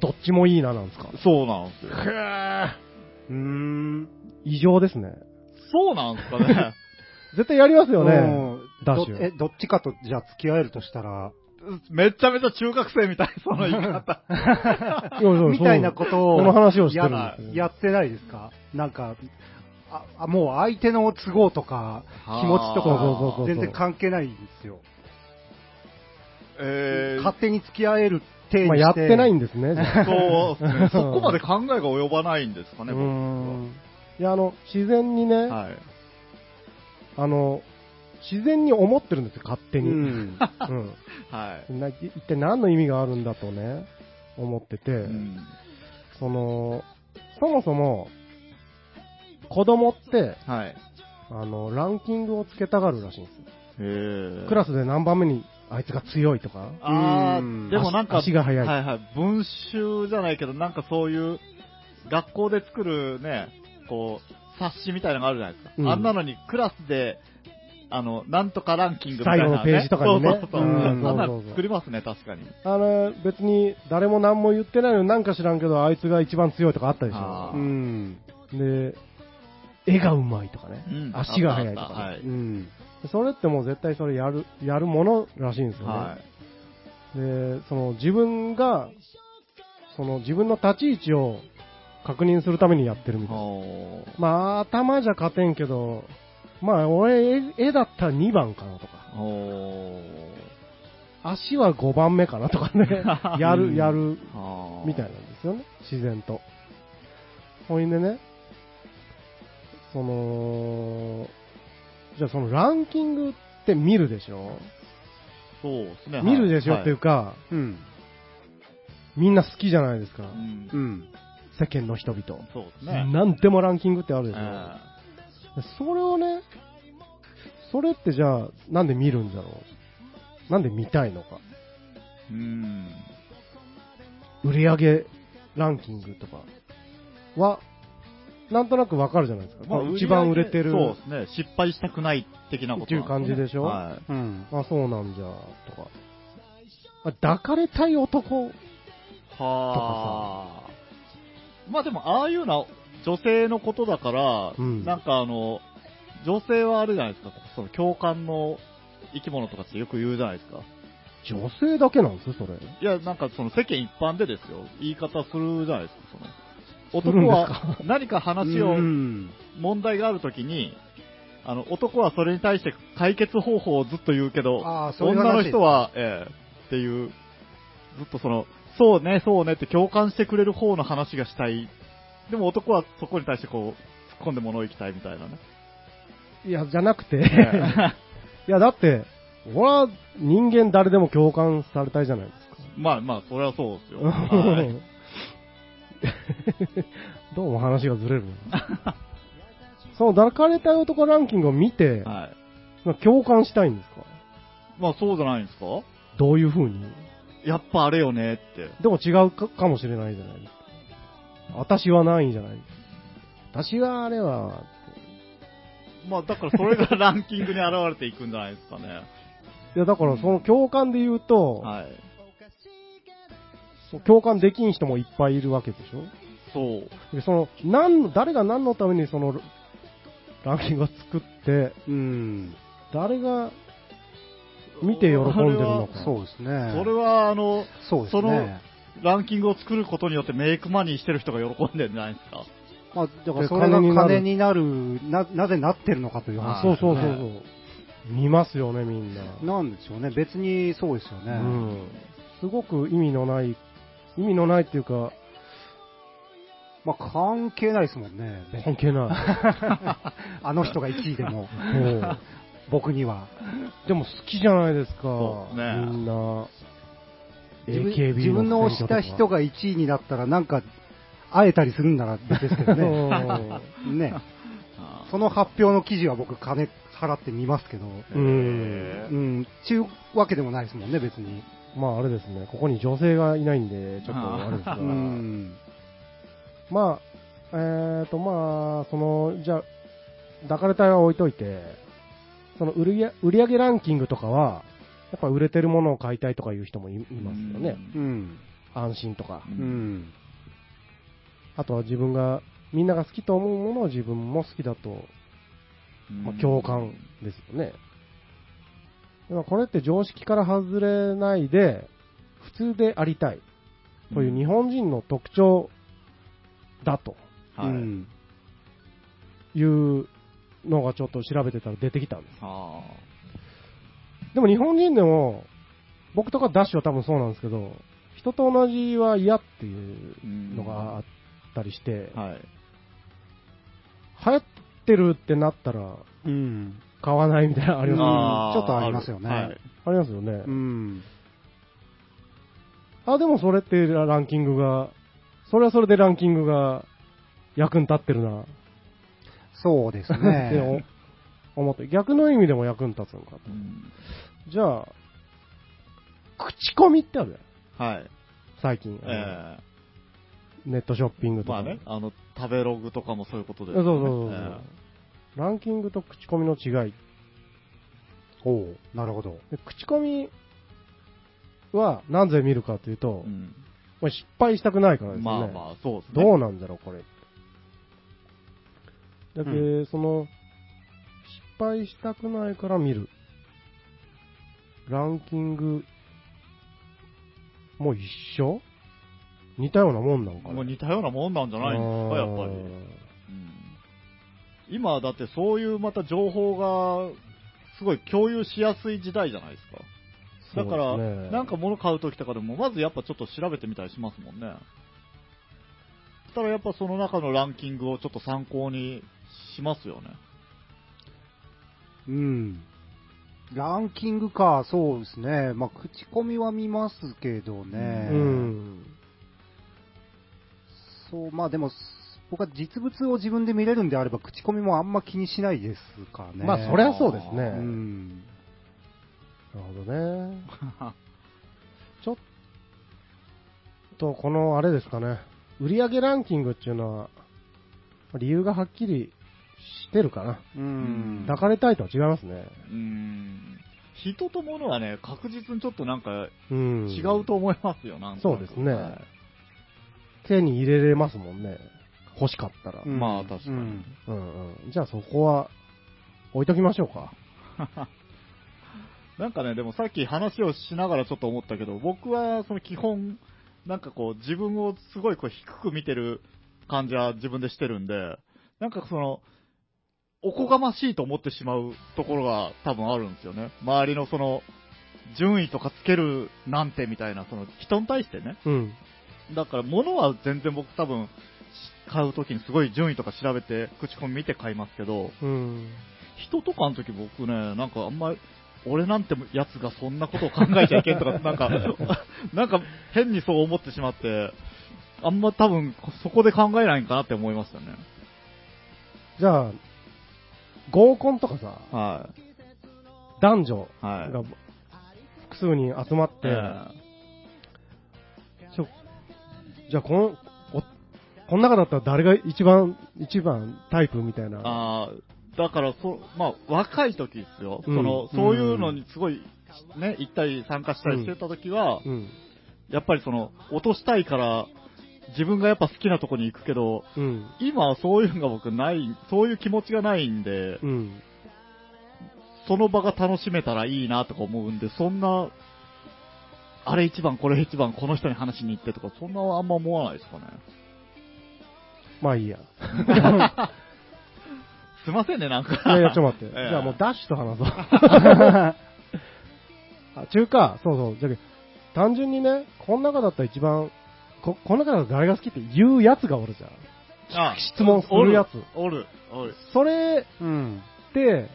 C: どっちもいいななんですか
A: そうなんですよ。
D: うーん。
C: 異常ですね。
A: [LAUGHS] そうなんですかね。
C: 絶対やりますよね。
D: うん
C: ダッ
D: ど
C: シュ
D: え、どっちかと、じゃあ付き合えるとしたら、
A: [LAUGHS] めちゃめちゃ中学生みたい、 [LAUGHS] その言い方。
D: みたいなことを、
C: この話をしてるん
D: や
C: ですよ
D: やってないですかなんか、ああもう相手の都合とか、
A: あー
D: 気持ち
A: そ
D: と
A: うそう
C: そうそ
D: か
C: う、
D: 全然関係ないんですよ。
A: えー
D: 勝手に付き合える体にして、
C: まあ、やってないんですね。じゃあ
A: そうです [LAUGHS] ね、そこまで考えが及ばないんですかね、
C: う
A: 僕
C: んいや、あの、自然にね、
A: は。はい。
C: あの、自然に思ってるんですよ、勝手に。
D: う
C: うん。
D: ん。
A: はい。
C: な一体何の意味があるんだとね、思ってて、
A: うん
C: その、そもそも、子供って、
A: はい。
C: あの、ランキングをつけたがるらしいんですよ。
A: へ
C: クラ
A: ス
C: スで何番目にあいつが強いとか、
A: あ
D: うん
A: ー、でもなんか、
C: 足足が速い
A: はいはい。文集じゃないけど、なんかそういう、学校で作るね、こう、冊子みたいなのがあるじゃないですか。
C: うん
A: あんなのにクラスで、あの、なんとかランキングみたいな、
C: 最後のページとかにね
A: そうそうそう。
D: うん
A: あんな
C: そうそうそ
A: の
C: う
A: 作りますね、確かに。
C: あの別に誰も何も言ってないのになんか知らんけど、あいつが一番強いとかあったでし
A: あ
C: ょ。
D: うん。
C: で、絵がうまいとかね、
A: うん
C: 足が速いと
A: あった
C: か、
A: あ
C: ね
A: っ
D: うん。
C: それってもう絶対それやるやるものらしいんです
A: た
C: よね。
A: はい。
C: で、その自分が、その自分の立ち位置を確認するためにやってるみたいな。
A: お
C: まあ、頭じゃ勝てんけど、まあ、俺、絵絵だったら2番かなとか、
A: ーおー
C: 足は5番目かなとか
A: [LAUGHS]
C: ね、や
D: うん
C: る、やる、
A: あー
C: みたいなんですよね、自然と。ほいでね、その、じゃあそのランキングって見るでしょ
A: そうですね。
C: 見るでしょっていう
A: か、
C: か、
D: うん。
C: みんな好きじゃないですか、
A: うん
D: うん。
C: 世間の人々。
A: そうですね。
C: 何でもランキングってある
A: え
C: でしょ、
A: ー
C: それをねそれってじゃあなんで見るんだろうなんで見たいのか
A: うん。
C: 売上ランキングとかはなんとなくわかるじゃないですか、
A: まあ
C: 一番売れてる
A: 売り上げそうですね。失敗したくない的なことなんすね。
C: っていう感じでしょ
A: はい。
D: うん。
C: あそうなんじゃとかあ抱かれたい男
A: はあ。まあでも、ああいうのは女性のことだから、
C: うん
A: なんかあの、女性はあれじゃないですか、その共感の生き物とかってよく言うじゃないですか。
C: 女性だけなんですそれ
A: いや、なんかその世間一般でですよ、言い方するじゃないですか、そ
C: す
A: の。
C: るん
A: 男
C: ですか
A: は何か話
D: う
A: を、
D: ん。
A: 問題があるときに、あの、男はそれに対して解決方法をずっと言うけど、
D: あーそういう話
A: 女の人は、ええっていう、ずっとその、そうね、そうねって共感してくれる方の話がしたい。でも男はそこに対してこう、突っ込んで物を行きたいみたい
D: [LAUGHS]
A: なね。
C: いやじゃなくて、
A: え
C: [LAUGHS] いやだって俺は人間誰でも共感されたいじゃないですか
A: えまあまあ、それはそうですよ。はい
C: [LAUGHS] どうも話がずれるなその抱かれたい男ランキングを見て、
A: はい。
C: 共感したいんですか
A: まあそうじゃないんですか
C: どういう風に
A: やっぱあれよねって。
C: でも違うかかもしれないじゃないですか。私はないんじゃない私はあれは、
A: まあだからそれがランキングに現れていくんじゃないですかね。
C: いやだからその共感で言うと、
A: はい。
C: その共感できん人もいっぱいいるわけでしょ
A: そう。
C: でその、何の、誰が何のためにその、ランキングを作って、
D: うん。
C: 誰が見て喜んでるのか。
D: そうですね。
A: それはあの、
D: そうです
A: その
D: ね。
A: ランキングを作ることによってメイクマニーしてる人が喜んでるんじゃないですか。
D: まあ、だから
C: で
D: それが金
C: 金
D: に
C: に
D: なる、な、なぜなってるのかという
A: は
D: 話
A: い
C: そう
D: です
C: そ
D: よ
C: う
D: ね。
C: そうそう。見ますよね、みんな。
D: なんでしょうね。別にそうですよ
C: う
D: ね。
C: ん。すごく意味のない、意味のないっていうか、
D: まあ、関係ないですもんね。
C: [LAUGHS] 関
A: [LAUGHS]
C: 係ない。
D: あの人が1位でも、
C: そう
D: 僕には。
C: でも好きじゃないですか、
A: そうね
C: みんな。
D: 自分
C: AKB
D: 自分の推した人が1位になったら、なんか、会えたりするんなら別ですけど
C: 選挙と
D: ね。 [LAUGHS]
C: かは。
D: ね。
A: あ
D: その発表の記事は僕、金払って見ますけど、
C: う。
D: うんん、ちゅうわけでもないですもんね、別に。
C: [LAUGHS] まああれですね、ここに女性がいないんで、ちょっとあれですが
D: う。ん。
C: まあ、えっ、と、まあ、その、じゃあ抱かれたいは置いといて、その売り上売り上げランキングとかは、やっぱ売れてるものを買いたいとかいう人もいいますよね。
D: うん。
C: 安心とか。
A: う
D: うんん。
C: あとは自分が、みんなが好きと思うものを自分も好きだと、まあ、共感ですよね。だからこれって常識から外れないで、普通でありたいという日本人の特徴だと
A: はい。
D: うん
C: いうのがちょっと調べてたら出てきたんです。
A: あ
C: でも日本人でも、僕とかダッシュは多分そうなんですけど、人と同じは嫌っていう
A: ー
C: のがあったりして、
A: はい。
C: 流行ってるってなったら
D: うん。
C: 買わないみたいなのありま
A: ー
D: ちょっとありますよね
A: はい
C: すありますよね。
D: うん。
C: あ、でもそれってランキングが、それはそれでランキングが役に立ってるなっ
D: そう [LAUGHS] です
C: て
D: ね。
C: [LAUGHS] お思って、逆の意味でも役に立つのかと。
A: うん
C: じゃあ、口コミってあるやん。
A: はい。
C: 最近、あの
A: え
C: ネットショッピン
A: え
C: グと
A: ま
C: か。
A: あね、あの、食べログとかもそういうことです
C: そう
A: よね。
C: そうそうそう、
A: ええ
C: ランキングと口コミの違い。
D: おうなるほど。
C: で口コミは何で見るかというと、
A: うん
C: まあ失敗したくないからですね。
A: まあまあ、そうですね。
C: どうなんだろう、これ。だけ、
D: う
C: その、失敗したくないから見る。ランキング、もう一緒似たようなもんなんか
A: もう
C: な、
A: 似たようなもんなんじゃないんですか、やっぱり。うん今、だってそういうまた情報が、すごい共有しやすい時代じゃないですか。だから、なんか物買うときとかでも、まずやっぱちょっと調べてみたりしますもんね。そしたらやっぱその中のランキングをちょっと参考にしますよね。
D: うん。ランキングか、そうですね。まあ、口コミは見ますけどね。
C: うん。
D: そう、まあでも、僕は実物を自分で見れるんであれば、口コミもあんま気にしないですかね。
C: まあ、そりゃそうですね。
D: うん。
C: なるほどね。ちょっと、このあれですかね、売上ランキングっていうのは、理由がはっきりしてるかな。
D: うん。
C: 抱かれたいとは違いますね。
A: うん。人と物はね、確実にちょっとなんか
C: うん。
A: 違うと思いますよ、なんとなく
C: そうですね
A: はい
C: 手に入れれますもんね。欲しかったら。
D: うん
A: まあ確かに。
D: うん
C: うんうん。じゃあそこは、置いときましょうか。
A: なんかね、でもさっき話をしながらちょっと思ったけど、僕はその基本、なんかこう自分をすごいこう低く見てる感じは自分でしてるんで、なんかその、おこがましいと思ってしまうところが多分あるんですよね。周りのその、順位とかつけるなんてみたいな、その人に対してね。
C: うん。
A: だから物は全然僕多分、買うときにすごい順位とか調べて、口コミ見て買いますけど、
C: うん。
A: 人とかの時僕ね、なんかあんまり、俺なんてやつがそんなことを考えちゃいけんと
C: [LAUGHS]
A: か、なんか、なんか変にそう思ってしまって、あんま多分そこで考えないんかなって思いましたね。
C: じゃあ、合コンとかさ、
A: は
C: 男女
A: い。はい。
C: が複数人集まって、ちょじゃあこの、おこの中だったら誰が一番、一番タイプみたいな。
A: あーだからそ、まあ、若い時ですよ、
C: うん
A: その、そういうのにすごい、ね、行ったり参加したりしてた時は、
C: うん。
A: やっぱりその、落としたいから、自分がやっぱ好きなとこに行くけど、
C: うん。
A: 今はそういうのが僕ない、そういう気持ちがないんで、
C: うん。
A: その場が楽しめたらいいなとか思うんで、そんな、あれ一番、これ一番、この人に話しに行ってとか、そんなあんま思わないですかね。
C: まあいいや。
A: すいませんね、なんか。
C: いやいや、ちょっと待って。じ
A: ええ
C: ゃあもうダッシュと話そう。あ中華、そうそう。じゃけ単純にね、この中だったら一番、こ、この中だったら誰が好きって言うやつがおるじゃん。
A: [LAUGHS] あ
C: 質問するやつ。
A: おる、おる。
C: それ
D: うん。
C: って、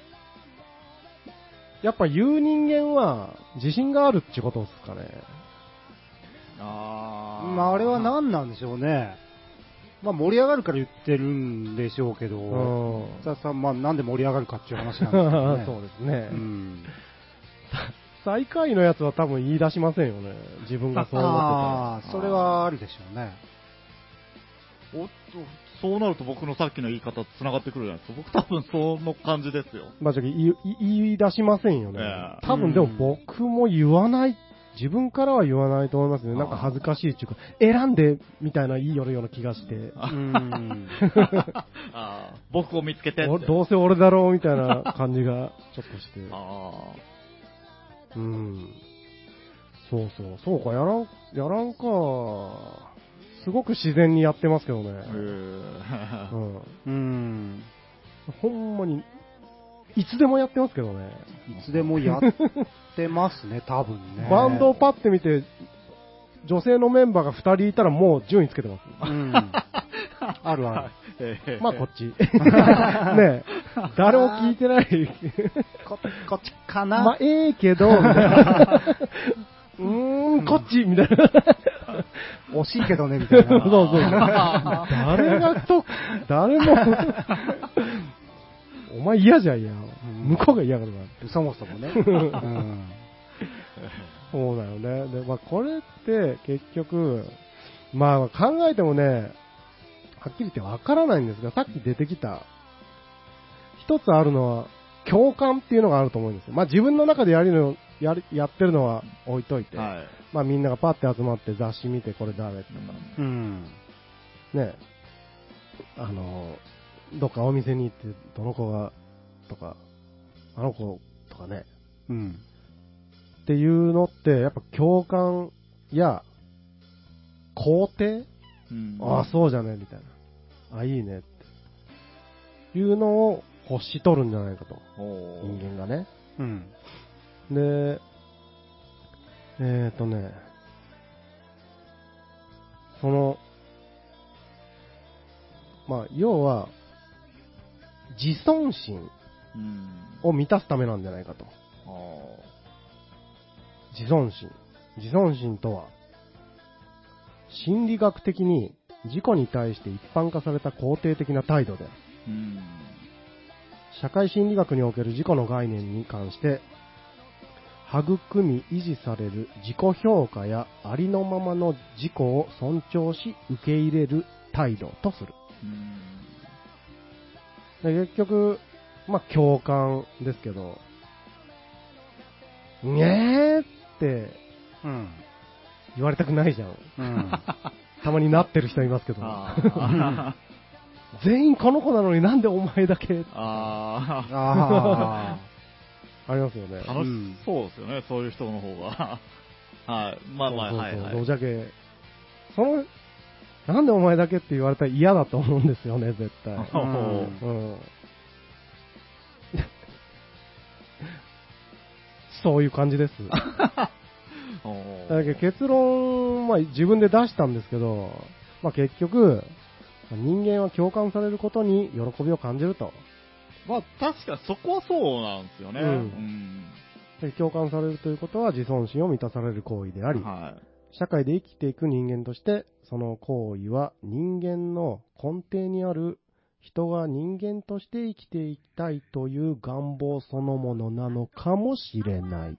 C: やっぱ言う人間は自信があるってことですかね。
A: あ
D: まあ、あれは
A: な、
D: 何なんでしょうね。まあ、盛り上がるから言ってるんでしょうけ
C: う
D: ど、
C: ん。
D: ささん、まあ、なんで盛り上がるかっていう話なんですけど
C: [LAUGHS]
D: ね。
C: そうですね。
D: うん。
C: 最下位のやつは多分言い出しませんよね。自分がそう思
D: ああ、それはあるでしょうね。
A: おっと、そうなると僕のさっきの言い方繋がってくるじゃないですか。僕多分その感じですよ。
C: ってたら。まあ、じゃあ言い言い出しませんよね
A: ええ。
C: 多分でも僕も言わない、自分からは言わないと思いますね。なんか恥ずかしいっていうか、選んでみたいな言いよるような気がして。 [LAUGHS]
D: うん。
A: あー僕を見つけてって。
C: おどうせ俺だろうみたいな感じがちょっとして。
A: あ
C: うん。そうそう。そうか、やらん、やらんか。すごく自然にやってますけど
A: あ。
C: ね。
A: へ
C: う
A: [LAUGHS] ー
C: ん。
D: うん。
C: ほんまに、いつでもやってますけどね。
D: いつでもやってますね、多分ね。
C: バンドをパッて見て、女性のメンバーが2人いたらもう順位つけてます。
D: うん。あるある。
A: ええ
C: まあ
A: [LAUGHS]
C: こっち。ねえ、誰も聞いてない。
D: ここっちかな、
C: まあええけど、みたいなうーん、こっち、みたいな。
D: 惜しいけどね、みたい
C: そうそう
D: な。
C: そう。誰がと、誰も、お前嫌じゃんや。
D: ん
C: 向こうが嫌がるな。
D: そもそもね。うん。
C: そうだよね。で、まあ、これって結局、まあ、考えてもね、はっきり言ってわからないんですが、さっき出てきた、一つあるのは、共感っていうのがあると思うんですよ。まあ、自分の中でやりの、やり、やってるのは置いとい
A: [LAUGHS]
C: て、
A: はい。
C: まあ、みんながパッて集まって雑誌見て、これ誰とか、
D: うん。
C: ね、あの、どっかお店に行って、どの子が、とか、あの子とかね、
D: うん。
C: っていうのって、やっぱ共感や、肯定
A: うん
C: ああ、そうじゃね、みたいな。ああ、いいね、っていうのを欲しとるんじゃないかと、
A: おー
C: 人間がね。
D: うん。
C: で、えっ、ー、とね、その、まあ、要は、自尊心
A: うん。
C: を満たすためなんじゃないかと。
A: あ
C: 自尊心。自尊心とは、心理学的に自己に対して一般化された肯定的な態度で、
A: ーうん。
C: 社会心理学における自己の概念に関して、育み維持される自己評価やありのままの自己を尊重し受け入れる態度とする。
A: うん
C: で結局、まあ、共感ですけど、ねえって
D: うん。
C: 言われたくないじゃん。
D: うん。
C: たまになってる人いますけど、
A: あー
C: 全員この子なのになんでお前だけ
A: あー
D: ああ。
C: ありますよね。
A: 楽しそうですよね、そういう人の方が。はい。まあまあ、
C: そう
A: はい
C: そう
A: は
C: そう
A: い。
C: じゃけ、その、なんでお前だけって言われたら嫌だと思うんですよね、絶対。
A: お
D: う
A: ー
D: ん
C: うん。そういう感
A: [LAUGHS]
C: じです。
A: おー
C: だけど結論、まあ、自分で出したんですけど、まあ、結局、人間は共感されることに喜びを感じると。
A: まあ確かそこはそうなんですよね。
C: う
A: うんん。
C: で共感されるということは自尊心を満たされる行為であり、
A: はい。
C: 社会で生きていく人間として、その行為は人間の根底にある人が人間として生きていきたいという願望そのものなのかもしれない。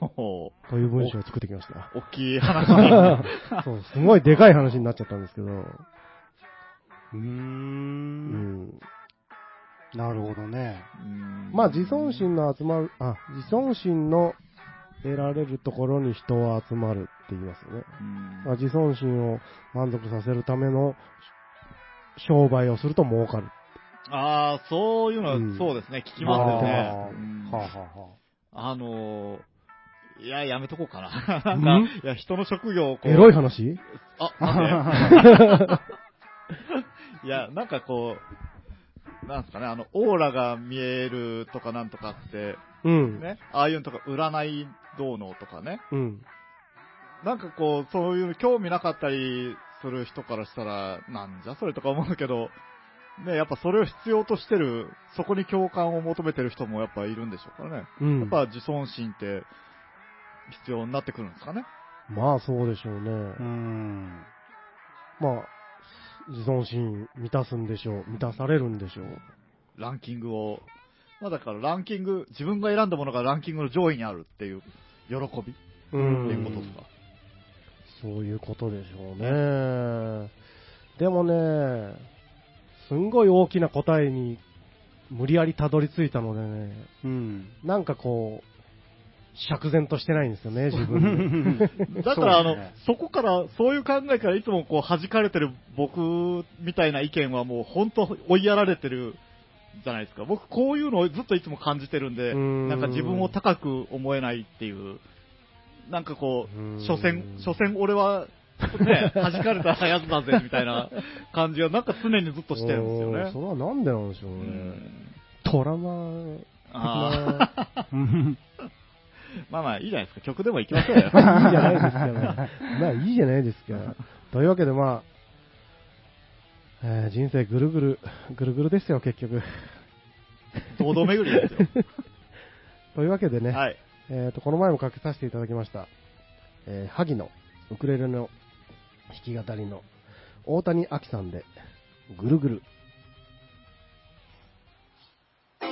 A: お
C: という文章を作ってきま
A: [LAUGHS]
C: した。
A: 大きい話だね
C: そう、すごいでかい話になっちゃったんですけど、う
D: うーん。
C: ん。
D: なるほどね。
A: うん
C: まあ自尊心の集まる、あ、自尊心の得られるところに人は集まるって言いますよね。
A: うん
C: まあ自尊心を満足させるための商売をすると儲かる。
A: ああ、そういうのは、
C: うん
A: そうですね、聞きますよね
D: あ。ー
A: うん
D: はあ、はあは
A: あのー、いや、やめとこうかな。
C: ん
A: なんかいや、人の職業をこう。
C: エロい話
A: あ、待って。いや、なんかこう、なんすかね、あの、オーラが見えるとかなんとかって、
C: うん。
A: ね、ああいうのとか、占いどうのとかね。
C: うん。
A: なんかこう、そういう興味なかったりする人からしたら、なんじゃそれとか思うけど、ね、やっぱそれを必要としてる、そこに共感を求めてる人もやっぱいるんでしょうからね。
C: うん。
A: やっぱ自尊心って必要になってくるんですかね。
C: まあそうでしょうね。
D: あ。うーん。
C: まあ、自尊心満たすんでしょう。満たされるんでしょう。
A: ランキングを。まあだからランキング、自分が選んだものがランキングの上位にあるっていう喜びって
C: うん
A: いうことですか。
C: そういうことでしょうね。でもね、すんごい大きな答えに無理やりたどり着いたのでね、
D: うん。
C: なんかこう、釈然としてないんです
A: [LAUGHS]
C: よね、自分で。
A: だからあの、
D: そうですね
A: そこから、そういう考えからいつもこう弾かれてる僕みたいな意見はもう本当追いやられてるじゃないですか。僕こういうのをずっといつも感じてるんで、
C: うーん
A: なんか自分を高く思えないっていう、なんかこ
C: うーん
A: う、所詮、所詮俺は、ね、弾かれたやつだぜみたいな感じがなんか常にずっとしてるんですよ
C: う
A: ね
C: そ。れはなんでなんでしょう
A: う
C: ね。
A: ん
C: トラウマ的
A: あ
C: な
A: ーまあまあいいじゃないですか。曲でも行きましょう
C: [LAUGHS]
A: よ。はい
C: いじゃないですか。まあいいじゃないですか。というわけでまあ、えー人生ぐるぐる、ぐるぐるですよ、結 [LAUGHS] 局。
A: 堂々巡りですよ。
C: というわけでね、
A: はい。
C: えーとこの前もかけさせていただきました、えー、萩のウクレレの弾き語りの大谷亜紀さんで、ぐるぐる。
A: あ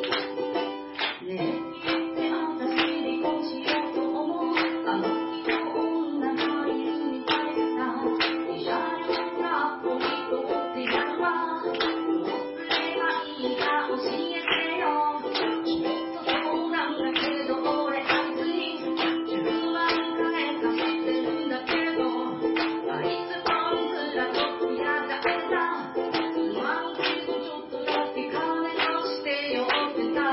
E: ねえ、私にこうしようと思う。あの日の女がいるみたいな。医者なポリコってやるわ。どうすればいいか教えてよ。きっとそうなんだけど、俺あいつに10万金貸してるんだけど、あいつパンツがちょっと嫌だった。今の日もちょっとだけ金をしてよってたら。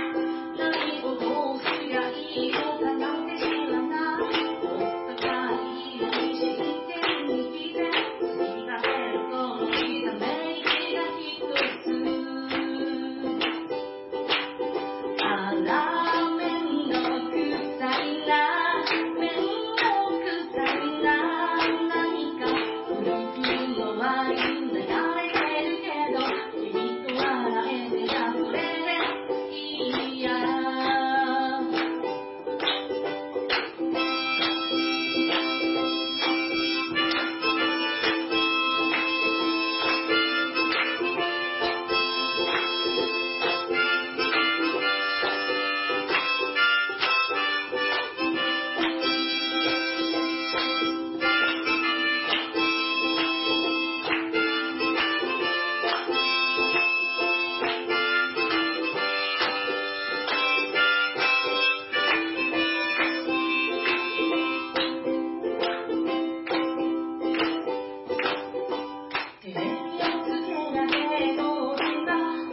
E: 何事をすりゃいいのかなんて知らないお互いに知って握って次が出るときため息が一つあら面の臭いな面の臭いな何か古きのワイン流れるけど君と笑えてたそれでいいや手をつけられそうな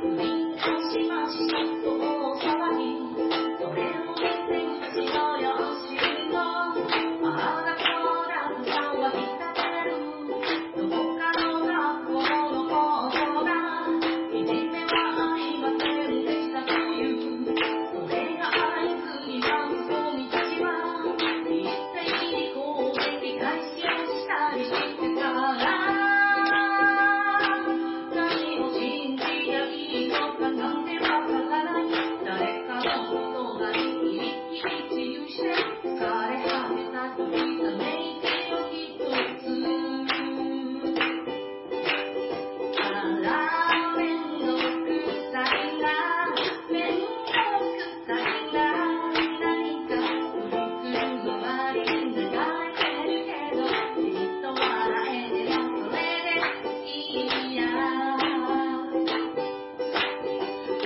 E: 振り出しましたと騒ぎそれを見てうちの両親のああだこうだと騒ぎ立てるどこかの学校の校長がいじめはありませんでしたというそれがあいつには嘘にたちは一体に攻撃開始をしたりしてたら何を信じやいいのかなんてわからない誰かのことが生き生き自由して疲れ果てた時ため息を一つあら面の臭いな面の臭いな何か古くのまりに流れてるけどじっと笑えてたそれでいいや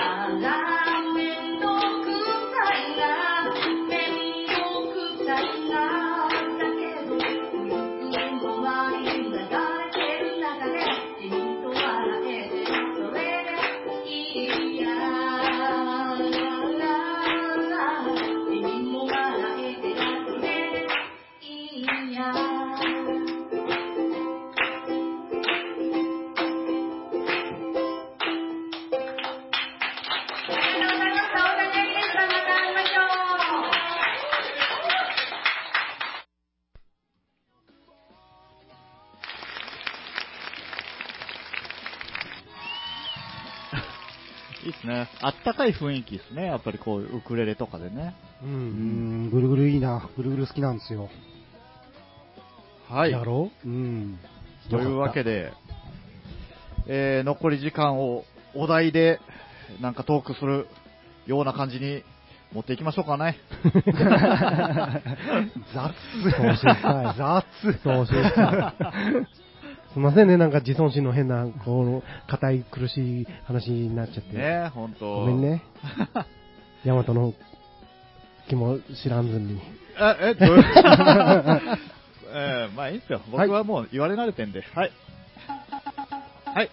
E: あら、面倒くさいな、面倒くさいな、だけど、うんうん、もまい流れてる中で、じっと笑えてた、それでいいや。君も笑えてた、それでいいや。ありがとうございました。お互いでした。また会いましょう。
F: いいっすね。あったかい雰囲気ですね。やっぱりこういうウクレレとかでね。
C: うん
D: うーん、ぐるぐるいいな。ぐるぐる好きなんですよ。
F: はい。
C: やろ
D: うん。
F: というわけで、えー残り時間をお題でなんかトークするような感じに持っていきましょうかね。
D: 雑。
C: そうしな
D: 雑。
C: うそうしなすいませんね、なんか自尊心の変な、この、硬い苦しい話になっちゃって。
F: ねえ、ほんと。
C: ごめん。
F: [LAUGHS]
C: ね。ヤマトの気も知らんずに。
F: え、え、どういう [LAUGHS] えーまあいいんすよ。僕はもう言われ慣れてんで。はい。
A: [LAUGHS]
F: はい。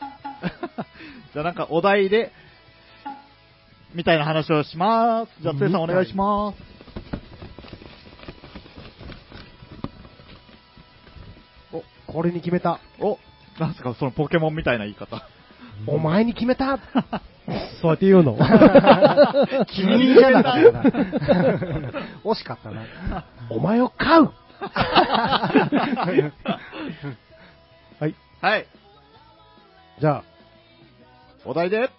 F: じゃあなんかお題で、みたいな話をします。じゃあ、つえさんお願いします。
C: お、これに決めた。
F: お、なんすか、そのポケモンみたいな言い方。
C: お前に決めた [LAUGHS] そうやって言うの。
D: 君じゃなかったな。惜しかったな。
C: [LAUGHS] お前を飼うはい。
F: はい。
C: じゃあ、
F: お題で、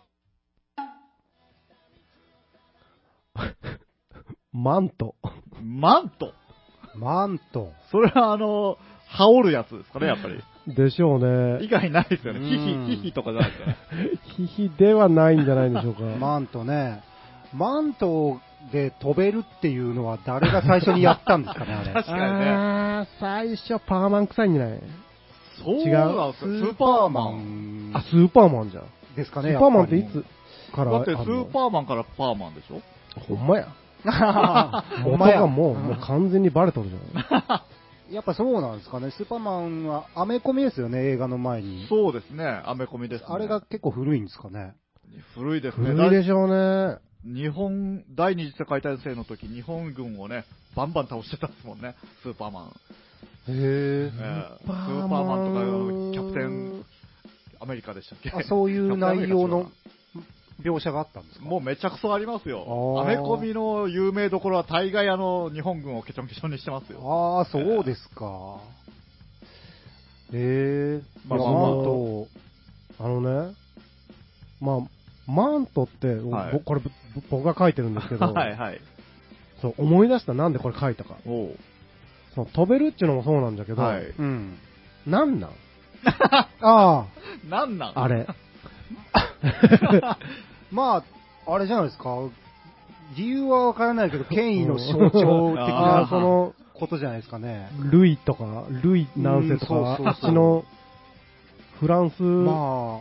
C: マント。
F: マント。
D: マントン。
A: それはあの、羽織るやつですかね、やっぱり。
C: でしょうね
A: 以。外ないですよね。
D: うん
A: ヒヒ、ヒヒとかじゃないですよね。
C: ヒヒではないんじゃないでし [LAUGHS] ょうか。
D: マントね。マントで飛べるっていうのは誰が最初にやったんですかね、あれ。
A: 確かにね。
C: あー最初パーマン臭いんじゃない
A: そう
C: 違う
A: なんですよ。スーパーマン。
D: ン
C: あ、スーパーマンじゃん。
D: ですか
C: ス
D: ね、
C: ーパーマンってい
D: やぱ
C: つから
A: だってス
C: あんの
A: ーパーマンからパーマンでしょ
C: ほんまや。
D: [LAUGHS] りね
C: 音
D: ほんまや
C: がもう、もう完全にバレとるじ [LAUGHS] ゃん。
D: やっぱそうなんですかね、スーパーマンはアメコミですよね、映画の前に。
A: そうですね。アメコミですね。
D: あれが結構古いんですかね。
A: 古いですね。
C: 古いでしょうね。
A: 日本、第二次世界大戦の時、日本軍をね、バンバン倒してたですもんね、スーパーマン。
D: へ
A: えースーパーマンとかあの、キャプテンアメリカでしたっけ
D: あそういう内容
A: キャ
D: の
A: プテンアメリカでし
D: 描写があったんです
A: た
D: か
A: もうめちゃくそあります
D: あー
A: よ。アメコミの有名どころは大概あの、日本軍をケチョンケチョンにしてますよ。
D: ああ、そうですか。へえ。
A: まあ
D: いや
A: まあ
D: マ
A: まあ
D: ント。
C: あのね、まあ、マントって、
A: はい
C: 僕これぶ僕が書いてるんですけど、
D: [LAUGHS]
A: はいはい。
C: そう思い出したなんでこれ書いたか。
A: おう
C: その飛べるっていうのもそうなんだけど、
A: はい。
D: うん。
C: なんなん
D: ああ、
A: なんなん
C: あ
D: [LAUGHS]
C: れ。
D: まあ、あれじゃないですか。理由はわからないけど、権威の象徴的
A: あ
D: な
A: ー
D: そのことじゃないですかね。
C: ルイとか、ルイ何世と
D: うん
C: か、
D: そうそうそう
C: あっちのフランス、
D: まあ、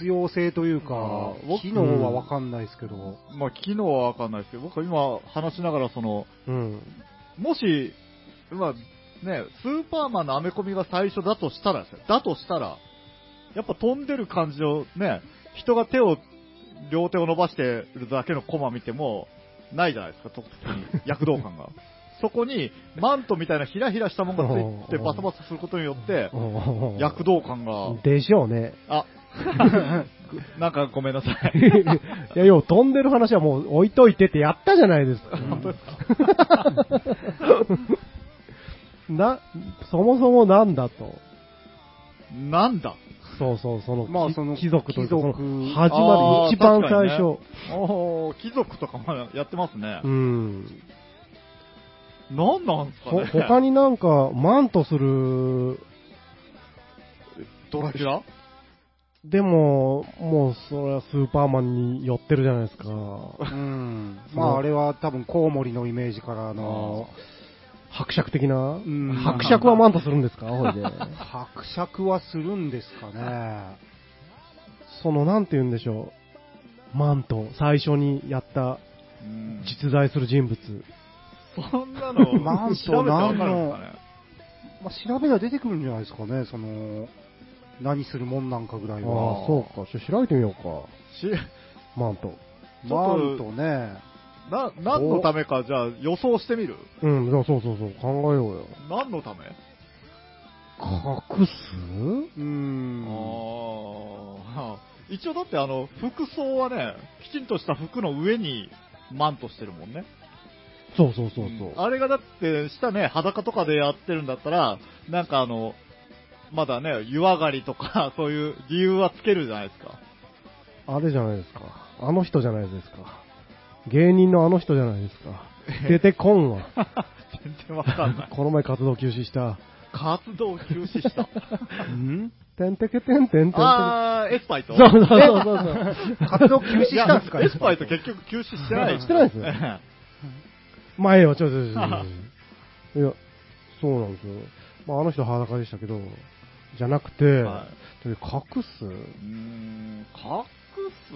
D: 実用性という
A: あ
D: か
A: ー、
D: 機能はわかんないですけど。
A: まあ、機能はわかんないですけど、僕今話しながらその、
C: うん、
A: もし、まあね、スーパーマンのアメコミが最初だとしたらですよ、だとしたら、やっぱ飛んでる感じをね、人が手を、両手を伸ばしてるだけのコマ見ても、ないじゃないですか、特に躍動
C: [LAUGHS]
A: 感が。そこに、マントみたいなひらひらしたものがついてバサバサすることによって、躍動感が、
C: でしょうね。 [LAUGHS]
A: あ、なんかごめんなさい。
C: いや、よう飛んでる話はもう置いといてってやったじゃないですか。な、そもそもなんだと。
A: なんだ
C: そうそう、その、
D: まあ
C: き
D: その
C: 貴族というか、
D: 貴族
C: その始ま
A: あー
C: る一番
A: 確か
C: 最
A: にね
C: 初。
A: おー貴族とかもやってますね
C: う。ん。
A: なんなんすか
C: ほ
A: ね
C: 他になんか、マントする、
A: ドラキュラ
C: でも、もうそれはスーパーマンに寄ってるじゃないで
D: [LAUGHS]
C: すか。
D: うん。まあ、あれは多分コウモリのイメージからの、
C: 伯爵的な
D: うん
C: 伯爵はマントするん
D: [LAUGHS]
C: ですかほいで。
D: 伯爵はするんですかね。
C: その、なんて言うんでしょう。マント、最初にやった
A: うん
C: 実在する人物。
A: そんなの、
D: マン
A: 調
D: ト
A: べてわ
D: な
A: かる
D: ん
A: んで
D: の
A: すかね。
D: まあ、調べが出てくるんじゃないですかね、その、何するもんなんかぐら
C: ああ
D: い
C: ー、
D: は。
C: そうか。ちょっと開いてみようか。
A: し
C: マント。
D: マントね。
A: な、何のためか、じゃあ予想してみる
C: うん、じゃあそうそうそう、考えようよ。
A: 何のため、
C: 隠す
D: うーん。
A: ああ。一応だってあの、服装はね、きちんとした服の上にマントしてるもんね。
C: そうそうそうそう。
A: あれがだって、下ね、裸とかでやってるんだったら、なんかあの、まだね、湯上がりとか、 [LAUGHS] そういう理由はつけるじゃないですか。 [LAUGHS]
C: あれじゃないですか。あの人じゃないですか。芸人のあの人じゃないですか。出てこんわ。
A: 全然わか
C: [LAUGHS]
A: んない。
C: この前活動休止した。
A: 活動休止した。
D: うん
C: てんてけてんてんてんてん。そう
A: あー、エスパイと。
C: そうそうそうそう。
D: 活動休止したんですか
A: いやエスパイと結局休止してない。
C: してないですよ
A: え
C: まあええよ、ちょちょちょちょ。
A: [LAUGHS]
C: いや、そうなんですよ。まああの人は裸でしたけど、じゃなくて、
A: は
C: という隠す
A: えうーん、隠す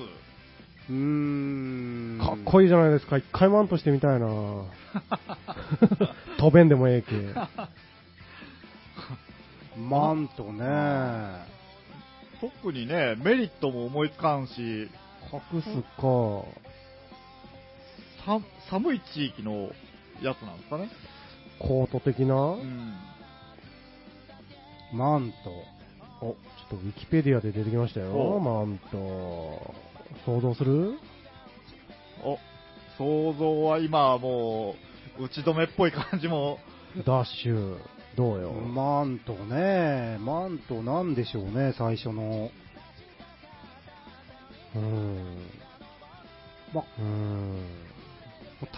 D: うーん。
C: かっこいいじゃないですか。一回マントしてみ
A: [LAUGHS]
C: たいな飛べんでもええけ。
D: マントね。
A: 特にね、メリットも思いつかんし、
C: 隠すか。
A: さ寒い地域のやつなんですかね。
C: コート的な、
A: うん。
D: マント。
C: お、ちょっとウィキペディアで出てきましたよ。
A: お
C: マント。想像する
A: お、想像は今はもう、打ち止めっぽい感じも、
C: ダッシュ。どうよ。
D: マントね。マントなんでしょうね、最初の。
C: うん。
D: ま
C: うん。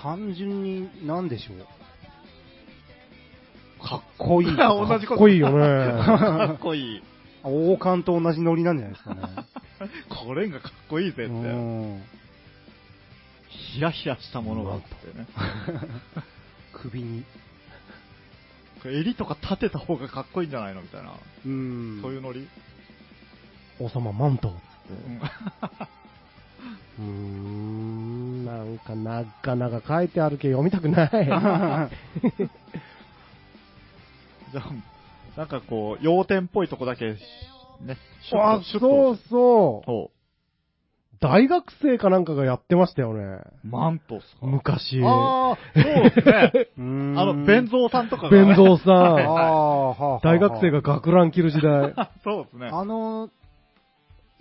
D: 単純に何でしょう。かっこいいと
A: [LAUGHS]
D: か。
A: 同じこ
C: か
A: と
C: っこいいよね。
A: かっこいい。
D: 王冠と同じノリなんじゃないですかね。
A: これがかっこいいぜ
D: う
A: って。
D: ん
A: ヒラヒラしたものがあってね。
D: 首に。
A: これ襟とか立てた方がかっこいいんじゃないのみたいな。
D: うん。
A: そういうノリ。
C: 王様マント。
A: うん
C: うーん、なんかなかなか書いてあるけ読みたく [LAUGHS] ない。
A: じゃあ、なんかこう、要点っぽいとこだけ、ね、シュッ
C: あ
A: とシ、ュッ
C: そ
A: と
C: うそう。
A: そ
C: 大学生かなんかがやってましたよね。
A: う。マントっすか
C: 昔。
A: ああ、そうですね。
D: あ
A: あの、弁蔵さんとかが、
C: 弁蔵 [LAUGHS]
D: あ
C: さん。
D: あ、はあはあ。
C: 大学生が学ラン着る時代。
A: [LAUGHS] そうですね。
D: あの、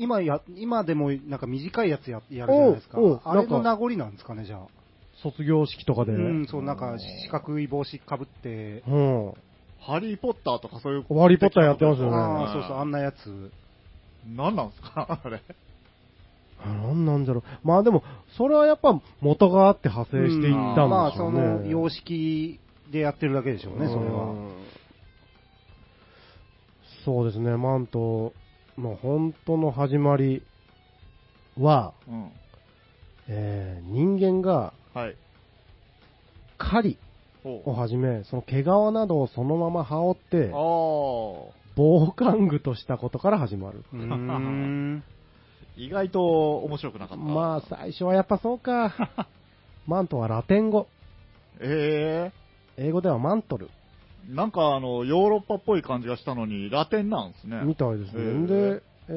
D: 今や、今でもなんか短いやつややるじゃないですか
C: おうおう。
D: あ
C: な
D: れの
C: んか
D: 名残なんですかね、じゃあ。
C: 卒業式とかで。
D: う
C: うん
D: ん、。そう、なんか四角い帽子かぶって、
A: ハリー・ポッターとかそういう。
C: ハリーポッターやってますよね
D: ああ、そうそう、あん
A: な。
D: なやつ。
A: 何なんですか [LAUGHS] あれ。
C: なんなんだろう。まあでも、それはやっぱ元があって派生していった
D: ま
C: ん
D: あ、
C: でしょ
D: そう
C: ね。
D: の様式でやってるだけでしょうね、それ
C: う
D: は。
C: んそうですね、マントの本当の始まりは、
A: うん。
C: えー人間が
A: はい。
C: 狩りを
A: お
C: はじめ、その毛皮などをそのまま羽織って、
A: あ
C: 防寒具としたことから始まる。
D: うーん。
A: あ。意外と面白くなかった。
C: [LAUGHS] まあ、最初はやっぱそう
D: [LAUGHS]
C: か。マントはラテン語。
A: え
C: 英語ではマントル
A: えなんかあの、ヨーロッパっぽい感じがしたのに、ラテンなんですね。
C: みたいです
A: へ
C: ね。
A: ー
C: で、え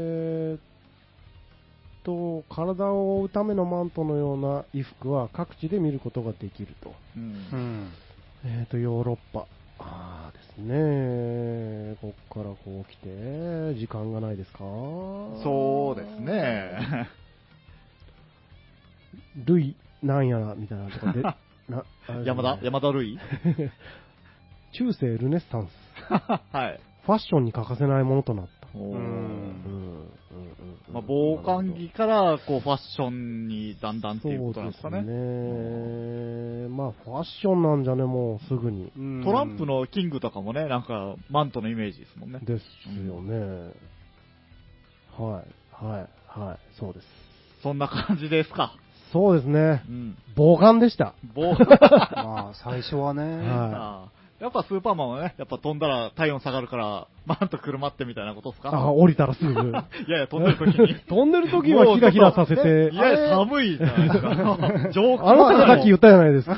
C: ーっと、体を覆うためのマントのような衣服は各地で見ることができると。
A: うん
D: うん。
C: えー、と、ヨーロッパ。ああですね。こっからこう来て、時間がないですか
A: そうです。ね。
C: ルイ、なんやら、みたいな
A: [LAUGHS]
C: とかで、な、あれですね
A: 山田山田るい
C: 中世ルネッサンス。
A: [LAUGHS] はい。
C: ファッションに欠かせないものとなった。
A: おー
D: う。
C: うんん。
A: まあ、防寒着から、こう、ファッションにだんだんっていうことなんですか
C: そう
A: ね。
C: ですね。まあ、ファッションなんじゃね、もうすぐに。
D: うん
A: トランプ、のキングとかもね、なんか、マントのイメージですもんね。
C: ですよね。はい、はい、はい、そうです。
A: そんな感じですか。
C: そうですね
A: う。
C: [LAUGHS]
A: ん。
C: 防寒でした。
A: 棒
D: まあ、最初はね。
A: あ
C: は
A: ーやっぱスーパーマンはね、やっぱ飛んだら体温下がるから、マントくるまってみたいなことです
C: い。
A: か
C: あ、降りたらすぐ。
A: いやいや、飛んでる
C: [LAUGHS]
A: 時に。
C: 飛んでる時はヒラヒラさせて
A: い。やいや、寒いじゃない
C: [LAUGHS]
A: ですか。上空
C: あなたがさっき言
A: っ
C: ったじゃないで
A: [LAUGHS]
C: すか。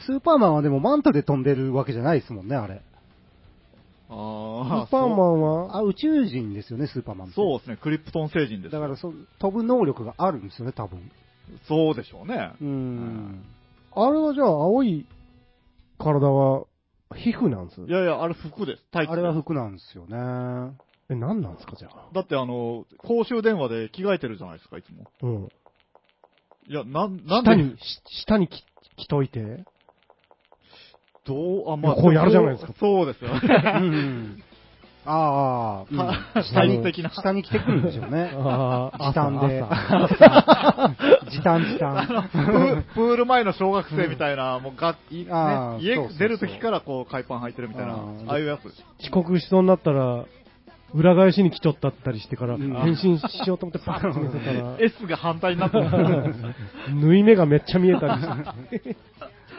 D: スーパーマンはでもマントで飛んでるわけじゃないですもんね、あれ。
A: た。
C: ス
A: ああ、
C: ーパーマ
A: そう
C: ンは、
D: あ、宇宙人ですよね、スーパーマンって。
A: そうですね、クリプトン星人です
D: だ
A: よ。
D: からそう、飛ぶ能力があるんですよね、多分。
A: そうでしょうね。
D: うん。
C: あれはじゃあ青い体は皮膚なんです
A: いやいや、あれ服です。タイツ
D: あ
A: で
D: れ
A: す
D: は服なんですよ [LAUGHS] ね。
C: え、何なんですかじゃあ。
A: だってあの、公衆電話で着替えてるじゃないですか、いつも。
C: うん。
A: いや、なん、なん
C: 下
A: で、
C: に、し下にき着といて。
A: どう、あ、
C: いやこうやるじゃないですか。
A: そうそうですよね。
C: [LAUGHS]
D: うんああ、うん
A: は
D: 下
A: 体的な
D: 下に来てくるんでしょうね。
C: ああ、
D: 時短で
C: 朝。
D: 時短時短。
A: プープール前の小学生みたいな、もうが、い
D: あ
A: ね
D: ー、
A: 家
D: そうそうそう
A: 出る時からこう、海パン履いてるみたいな
D: あー、
A: ああいうやつ。
C: 遅刻しそうになったら、裏返しに来ちょったったりしてから、
D: うん
C: 変身しようと思ってパッと見せたら、
A: S が反対になってる。
C: 縫い目がめっちゃ見えたりして。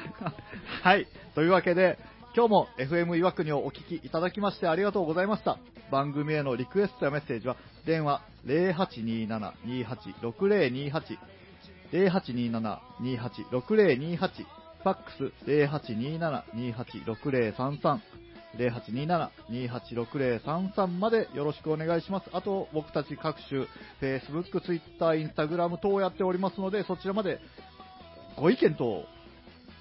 A: [LAUGHS] はい。というわけで、今日も FM いわくにをお聞きいただきましてありがとうございました。番組へのリクエストやメッセージは、電話0827-286028、0827-286028、ファックス0827-286033、0827-286033までよろしくお願いします。あと、僕たち各種、Facebook、Twitter、Instagram 等をやっておりますので、そちらまでご意見等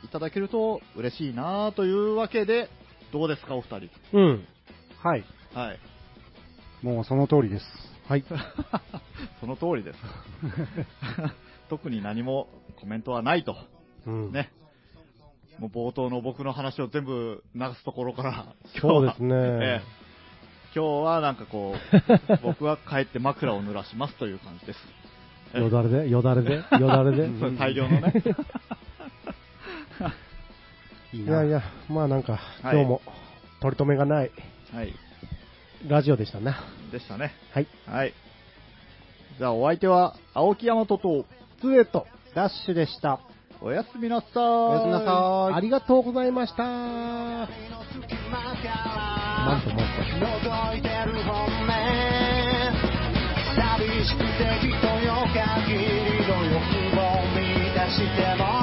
A: いただけると嬉しいなというわけで、どうですか、お二人。
C: うん。
D: はい。
C: [LAUGHS]
A: はい。
D: もうその通りです。
C: はい。
A: その通りです。 [LAUGHS] 特に何もコメントはないと。
C: うん。
A: ね。もう冒頭の僕の話を全部流すところから、
C: そうですね
A: 今日は [LAUGHS] ええ今日はなんかこう、
C: [LAUGHS]
A: 僕は帰って枕を濡らしますという感じです。ええ
C: よだれ
A: [LAUGHS]
C: で、よだれで、よだれで。
A: そう大量のね。
G: いい
C: い
G: な。
C: やいや、まあなんか、
A: い
C: 今日も取り留めがない
A: はい。
C: ラジオでしたな。
A: でしたね。
C: はい。
A: はい。じゃあ、お相手は、青木大和と、
C: ツーエット、
G: ダッシュでした。
A: おやすみなさーい。
G: おやすみなさーい
C: あ。りがとうございました。なんとなんと。
D: 覗いてる本音寂しくて人よ限りの欲望を満たしても